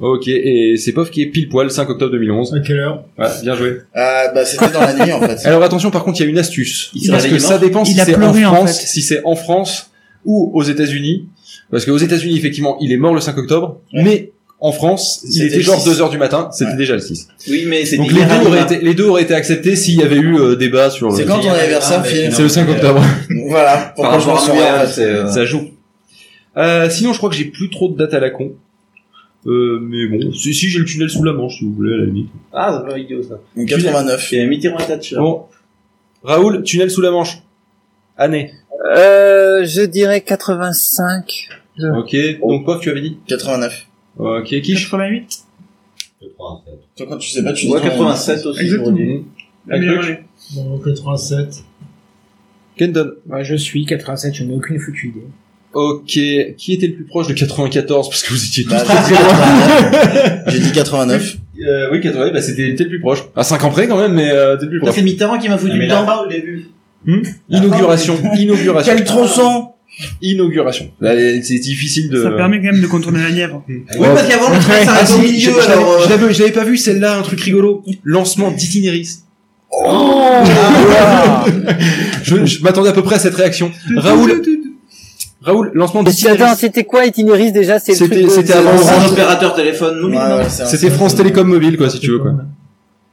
Speaker 4: Ok, et c'est POF qui est pile poil, 5 octobre 2011.
Speaker 12: À quelle heure
Speaker 4: Ouais, bien joué.
Speaker 5: Ah, bah, c'était dans la nuit, en fait.
Speaker 4: Alors attention, par contre, il y a une astuce.
Speaker 7: Il s'est
Speaker 4: Parce que
Speaker 7: réveillé
Speaker 4: ça dépend si
Speaker 8: Il a
Speaker 4: c'est en
Speaker 8: pleuré, en
Speaker 4: France,
Speaker 8: fait.
Speaker 4: si c'est en France ou aux États-Unis. Parce qu'aux États-Unis, effectivement, il est mort le 5 octobre, mais en France, il
Speaker 5: C'était
Speaker 4: était
Speaker 5: le
Speaker 4: genre
Speaker 5: six.
Speaker 4: 2 heures du matin, c'était
Speaker 5: Ouais.
Speaker 4: déjà le 6.
Speaker 7: Oui, mais c'était
Speaker 4: Donc les
Speaker 7: hier
Speaker 4: deux,
Speaker 8: hein.
Speaker 4: auraient
Speaker 7: à
Speaker 4: été, les deux auraient été acceptés s'il y avait eu euh, débat sur le...
Speaker 5: C'est quand ton anniversaire,
Speaker 7: Ah,
Speaker 5: Phil
Speaker 4: C'est le 5 octobre.
Speaker 5: Voilà, pourquoi je m'en
Speaker 6: Ah,
Speaker 5: souviens, en fait.
Speaker 4: Ça joue. Euh, sinon, je crois que j'ai plus trop de dates à la con. Euh, mais bon, si, si, j'ai le tunnel sous la manche, si vous voulez, à la limite.
Speaker 7: Ah, c'est pas idiot ça.
Speaker 5: Donc, 89.
Speaker 7: J'ai Mitterrand à Thatcher.
Speaker 4: Bon. Raoul, tunnel sous la manche. Année.
Speaker 9: Euh, je dirais 85.
Speaker 4: Ok, donc pof, tu avais dit
Speaker 5: 89.
Speaker 4: Ok, quiche.
Speaker 8: 88.
Speaker 11: Le 87.
Speaker 5: Toi, quand tu sais pas, tu dis
Speaker 7: Ouais,
Speaker 5: ton
Speaker 7: 87 aussi.
Speaker 8: Exactement.
Speaker 7: aujourd'hui.
Speaker 4: Un
Speaker 8: Bien
Speaker 4: truc.
Speaker 8: joué.
Speaker 12: Bon, 87.
Speaker 4: Kendon.
Speaker 6: Bah, je suis 87, je n'ai aucune foutue idée.
Speaker 4: Ok, qui était le plus proche de 94 Parce que vous étiez tous
Speaker 5: Bah,
Speaker 4: très très loin.
Speaker 5: 89. J'ai dit 89.
Speaker 4: Euh, oui, 80, bah c'était t'es le plus proche. À 5 ans près quand même, mais euh, t'es le plus
Speaker 7: Putain,
Speaker 4: proche.
Speaker 7: C'est Mitterrand qui m'a
Speaker 11: Ah,
Speaker 7: foutu le temps. au début.
Speaker 4: Inauguration,
Speaker 7: Ah,
Speaker 4: inauguration.
Speaker 5: Quel tronçon
Speaker 4: Inauguration. Là, C'est difficile de...
Speaker 8: Ça permet quand même de contourner la Nièvre.
Speaker 7: Oui, parce qu'avant le train, ça
Speaker 4: Ah,
Speaker 7: reste au
Speaker 4: si, je- je
Speaker 7: milieu,
Speaker 4: l'avais-
Speaker 7: alors. euh,
Speaker 4: je l'avais- je l'avais pas vu celle-là, un truc rigolo. Lancement d'itinéris.
Speaker 9: Oh
Speaker 4: je je m'attendais à peu près à cette réaction. Raoul, Raoul, lancement
Speaker 9: Mais si, attends,
Speaker 4: d'itinéris.
Speaker 9: c'était quoi Itineris déjà C'est le
Speaker 4: C'était-
Speaker 9: truc de-
Speaker 4: c'était
Speaker 9: de-
Speaker 4: avant
Speaker 7: C'est un
Speaker 4: Orange.
Speaker 7: opérateur téléphone
Speaker 5: Ouais,
Speaker 7: mobile.
Speaker 5: ouais, c'est un-
Speaker 4: C'était France Télécom Mobile, quoi, si tu veux, quoi.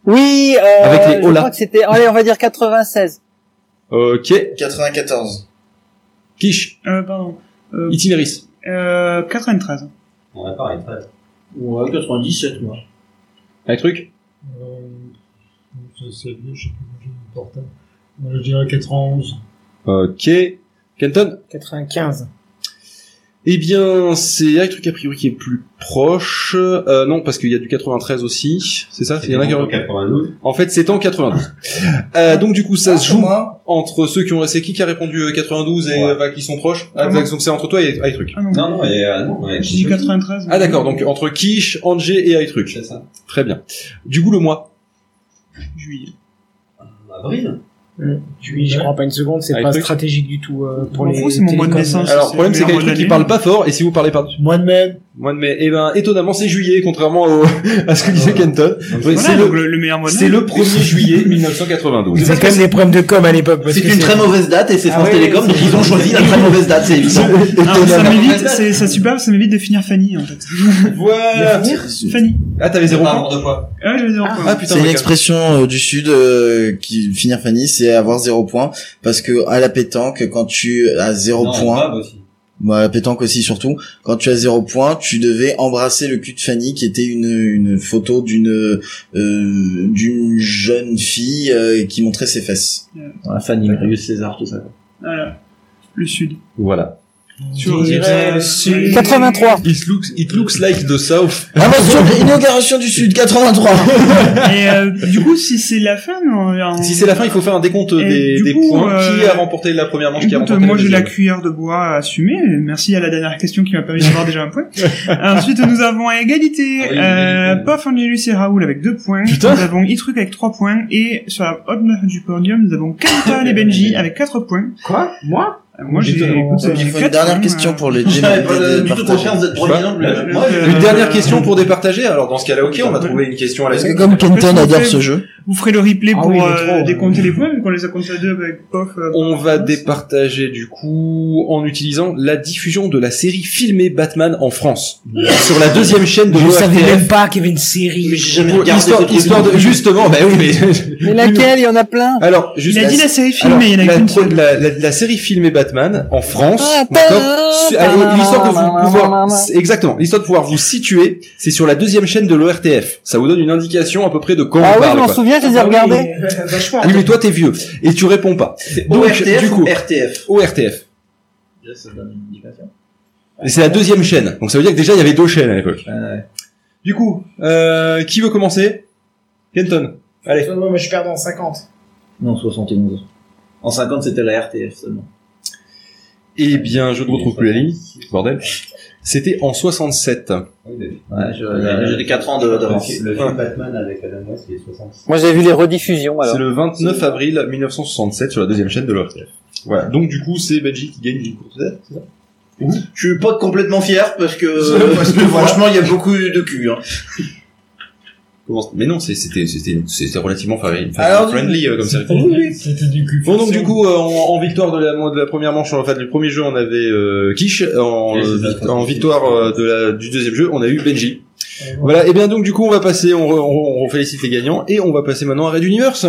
Speaker 9: Oui, euh,
Speaker 4: Avec les
Speaker 9: je
Speaker 4: Ola.
Speaker 9: crois que c'était, allez, on va dire 96.
Speaker 4: Ok.
Speaker 5: 94.
Speaker 4: Quiche.
Speaker 8: Euh, pardon. Euh,
Speaker 4: Itinéris.
Speaker 8: euh, 93.
Speaker 11: On a pareil, 13.
Speaker 7: Ouais, 97, moi.
Speaker 4: Un truc.
Speaker 12: Euh, ça, c'est vieux, je sais plus j'ai mon portable. Moi, je dirais 91.
Speaker 4: Ok. Kenton.
Speaker 6: 95.
Speaker 4: Eh bien, c'est un truc a priori qui est plus proche. Euh, non, parce qu'il y a du 93 aussi. C'est ça? Il y en a qui
Speaker 11: en
Speaker 4: ont-
Speaker 11: 92.
Speaker 4: En fait, c'est en 92. Euh, donc du coup, ça se joue
Speaker 5: Moi,
Speaker 4: entre ceux qui ont c'est qui qui a répondu euh, 92 et
Speaker 11: Ouais.
Speaker 4: euh, bah, qui sont proches ah,
Speaker 8: Comment
Speaker 4: donc c'est entre toi et iTruc
Speaker 8: Ah non.
Speaker 11: Non, non, et, euh, non, ouais,
Speaker 8: J'ai dit 93.
Speaker 4: ah d'accord
Speaker 8: euh,
Speaker 4: donc entre Quiche Angé et iTruc
Speaker 11: C'est ça.
Speaker 4: très bien du coup le mois
Speaker 8: Juillet.
Speaker 11: Avril.
Speaker 6: Oui, j'y crois pas une seconde, c'est
Speaker 4: Ah,
Speaker 6: pas
Speaker 4: le truc.
Speaker 6: stratégique du tout euh, pour
Speaker 8: m'en
Speaker 6: les
Speaker 8: fous, c'est mon mois de
Speaker 6: télécoms.
Speaker 8: naissance.
Speaker 4: alors
Speaker 8: c'est
Speaker 4: problème
Speaker 8: le
Speaker 4: c'est
Speaker 8: meilleur mois de
Speaker 4: qu'iTruc il
Speaker 8: l'année.
Speaker 4: parle pas fort et si vous parlez pas
Speaker 12: Mois de mai.
Speaker 4: Mois de mai. Eh ben, étonnamment, c'est juillet, contrairement au- à ce que disait Kenton.
Speaker 8: voilà,
Speaker 4: c'est
Speaker 8: donc le- le meilleur mois de
Speaker 4: C'est
Speaker 8: mai.
Speaker 4: le 1er juillet 1992.
Speaker 13: Ils ont quand même des problèmes de com à l'époque. parce
Speaker 4: C'est
Speaker 13: que
Speaker 4: une très mauvaise
Speaker 7: date et c'est
Speaker 13: Ah
Speaker 7: France
Speaker 13: ouais,
Speaker 7: Télécom,
Speaker 13: c'est-
Speaker 7: donc ils ont choisi la très mauvaise date, c'est évident.
Speaker 8: Alors, ça m'évite, c'est c'est super, ça m'évite de finir Fanny en fait.
Speaker 4: Voilà.
Speaker 8: Fanny.
Speaker 4: Ah, t'avais zéro
Speaker 8: Ah,
Speaker 4: point. Ah,
Speaker 8: Ouais, j'avais zéro
Speaker 6: Ah.
Speaker 8: point.
Speaker 5: c'est une expression euh, du sud euh, qui finir Fanny, c'est avoir zéro point parce que à la pétanque quand tu as zéro
Speaker 7: Non,
Speaker 5: point,
Speaker 7: Bob aussi.
Speaker 5: bah, à la pétanque aussi surtout, quand tu as zéro point, tu devais embrasser le cul de Fanny qui était une, une photo d'une euh, d'une jeune fille euh, qui montrait ses fesses.
Speaker 7: Fanny, Marius, César, tout ça.
Speaker 8: Voilà. Le sud.
Speaker 4: Voilà.
Speaker 8: Sur dirait le sud.
Speaker 9: 83.
Speaker 4: It looks, it looks like the South.
Speaker 5: Invention, inauguration du sud 83.
Speaker 8: Et euh, du coup, si c'est la fin, on- on-
Speaker 4: Si c'est la fin, il faut faire un décompte
Speaker 8: Et
Speaker 4: des,
Speaker 8: du
Speaker 4: des
Speaker 8: coup,
Speaker 4: points.
Speaker 8: euh,
Speaker 4: Qui a remporté la première manche Qui a
Speaker 8: Écoute,
Speaker 4: remporté
Speaker 8: moi
Speaker 4: la
Speaker 8: j'ai la
Speaker 4: deuxième
Speaker 8: cuillère de bois assumée. Merci à la dernière question qui m'a permis d'avoir déjà un point. Ensuite, nous avons à égalité. euh, Pof, Angelus et Raoul avec deux points. Nous avons Itruc avec trois points. Et sur la haute note du podium, nous avons Kenton et Benji avec quatre points. Euh,
Speaker 7: Quoi Moi
Speaker 8: Moi j'ai. écoute, j'ai
Speaker 5: Il faut une
Speaker 8: quatre
Speaker 5: dernière
Speaker 8: points,
Speaker 5: question
Speaker 8: euh,
Speaker 5: pour les
Speaker 7: Ah,
Speaker 4: J'avais pas
Speaker 7: euh,
Speaker 5: de-
Speaker 4: du tout
Speaker 5: partager.
Speaker 4: confiance d'être premier non plus.
Speaker 5: Je sais pas.
Speaker 4: Moi, Une dernière
Speaker 8: euh,
Speaker 4: question pour départager. Alors dans ce cas-là, ok, on va trouver une question à la
Speaker 5: Parce
Speaker 4: con.
Speaker 5: que comme Kenton adore ce jeu.
Speaker 8: Vous ferez le replay
Speaker 4: Ah
Speaker 8: pour
Speaker 4: oui, il est
Speaker 8: euh,
Speaker 4: trop.
Speaker 8: décompter les points, vu qu'on les a comptés à deux avec Pof. euh,
Speaker 4: On va départager du coup en utilisant la diffusion de la série filmée Batman en France sur la deuxième chaîne de
Speaker 13: Je savais
Speaker 4: l'ORTF.
Speaker 13: même pas qu'il y avait une série. Mais
Speaker 7: j'ai jamais
Speaker 4: Pour- histoire, histoire de justement, bah oui, mais
Speaker 9: Mais laquelle Il y en a plein.
Speaker 4: alors juste
Speaker 9: Il a dit la série filmée, il
Speaker 4: alors,
Speaker 9: y en a
Speaker 4: la,
Speaker 9: qu'une
Speaker 4: pro- la, la, la série filmée Batman en France.
Speaker 9: Ah,
Speaker 4: d'accord
Speaker 9: bah,
Speaker 4: Su- alors,
Speaker 9: bah,
Speaker 4: L'histoire de vous
Speaker 9: bah, bah, bah,
Speaker 4: pouvoir,
Speaker 9: bah.
Speaker 4: c'est- exactement, l'histoire de pouvoir vous situer, c'est sur la deuxième chaîne de l'ORTF. Ça vous donne une indication à peu près de quand
Speaker 9: Ah
Speaker 4: on
Speaker 9: oui,
Speaker 4: parle.
Speaker 9: je m'en
Speaker 4: quoi.
Speaker 9: souviens, je les ai regardés.
Speaker 7: Vachement.
Speaker 4: Oui, mais toi, t'es vieux. Et tu réponds pas. Donc,
Speaker 7: ORTF
Speaker 4: du coup,
Speaker 7: ou RTF
Speaker 4: ORTF.
Speaker 7: Ça donne une indication.
Speaker 4: Et c'est la deuxième chaîne. Donc, ça veut dire que déjà, il y avait deux chaînes à l'époque. Du coup, euh, qui veut commencer? Kenton. Allez.
Speaker 6: Ouais, mais je perds dans 50.
Speaker 7: Non, 71. En 50, c'était la RTF seulement.
Speaker 4: Eh bien, je ne retrouve plus la ligne. Bordel. C'était en 67.
Speaker 7: Ouais, je- euh, j'ai des 4 ans de- d'avance.
Speaker 11: Le film Batman avec Adam West, il est 60.
Speaker 9: Moi, j'ai vu les rediffusions, alors.
Speaker 4: C'est le 29 avril 1967 sur la deuxième chaîne de l'ORTF. Voilà. Donc, du coup, c'est Benji qui gagne une course de tête, c'est ça
Speaker 7: Je suis pas complètement fier parce que,
Speaker 4: C'est-
Speaker 7: parce que
Speaker 4: voilà.
Speaker 7: franchement, il y a beaucoup de cul. Hein.
Speaker 4: Comment- Mais non, c'est- c'était, c'était, c'était relativement family-
Speaker 7: Alors,
Speaker 4: friendly euh, comme série.
Speaker 11: C'était du cul.
Speaker 4: Bon donc du coup euh, en, en victoire de la, de la première manche en fait du premier jeu on avait euh, Kish en,
Speaker 7: Oui, c'est ça,
Speaker 4: euh,
Speaker 7: c'est ça.
Speaker 4: en victoire euh, de la, du deuxième jeu on a eu Benji Eh voilà et bien donc du coup on va passer on, re- on, on félicite les gagnants et on va passer maintenant à Red Universe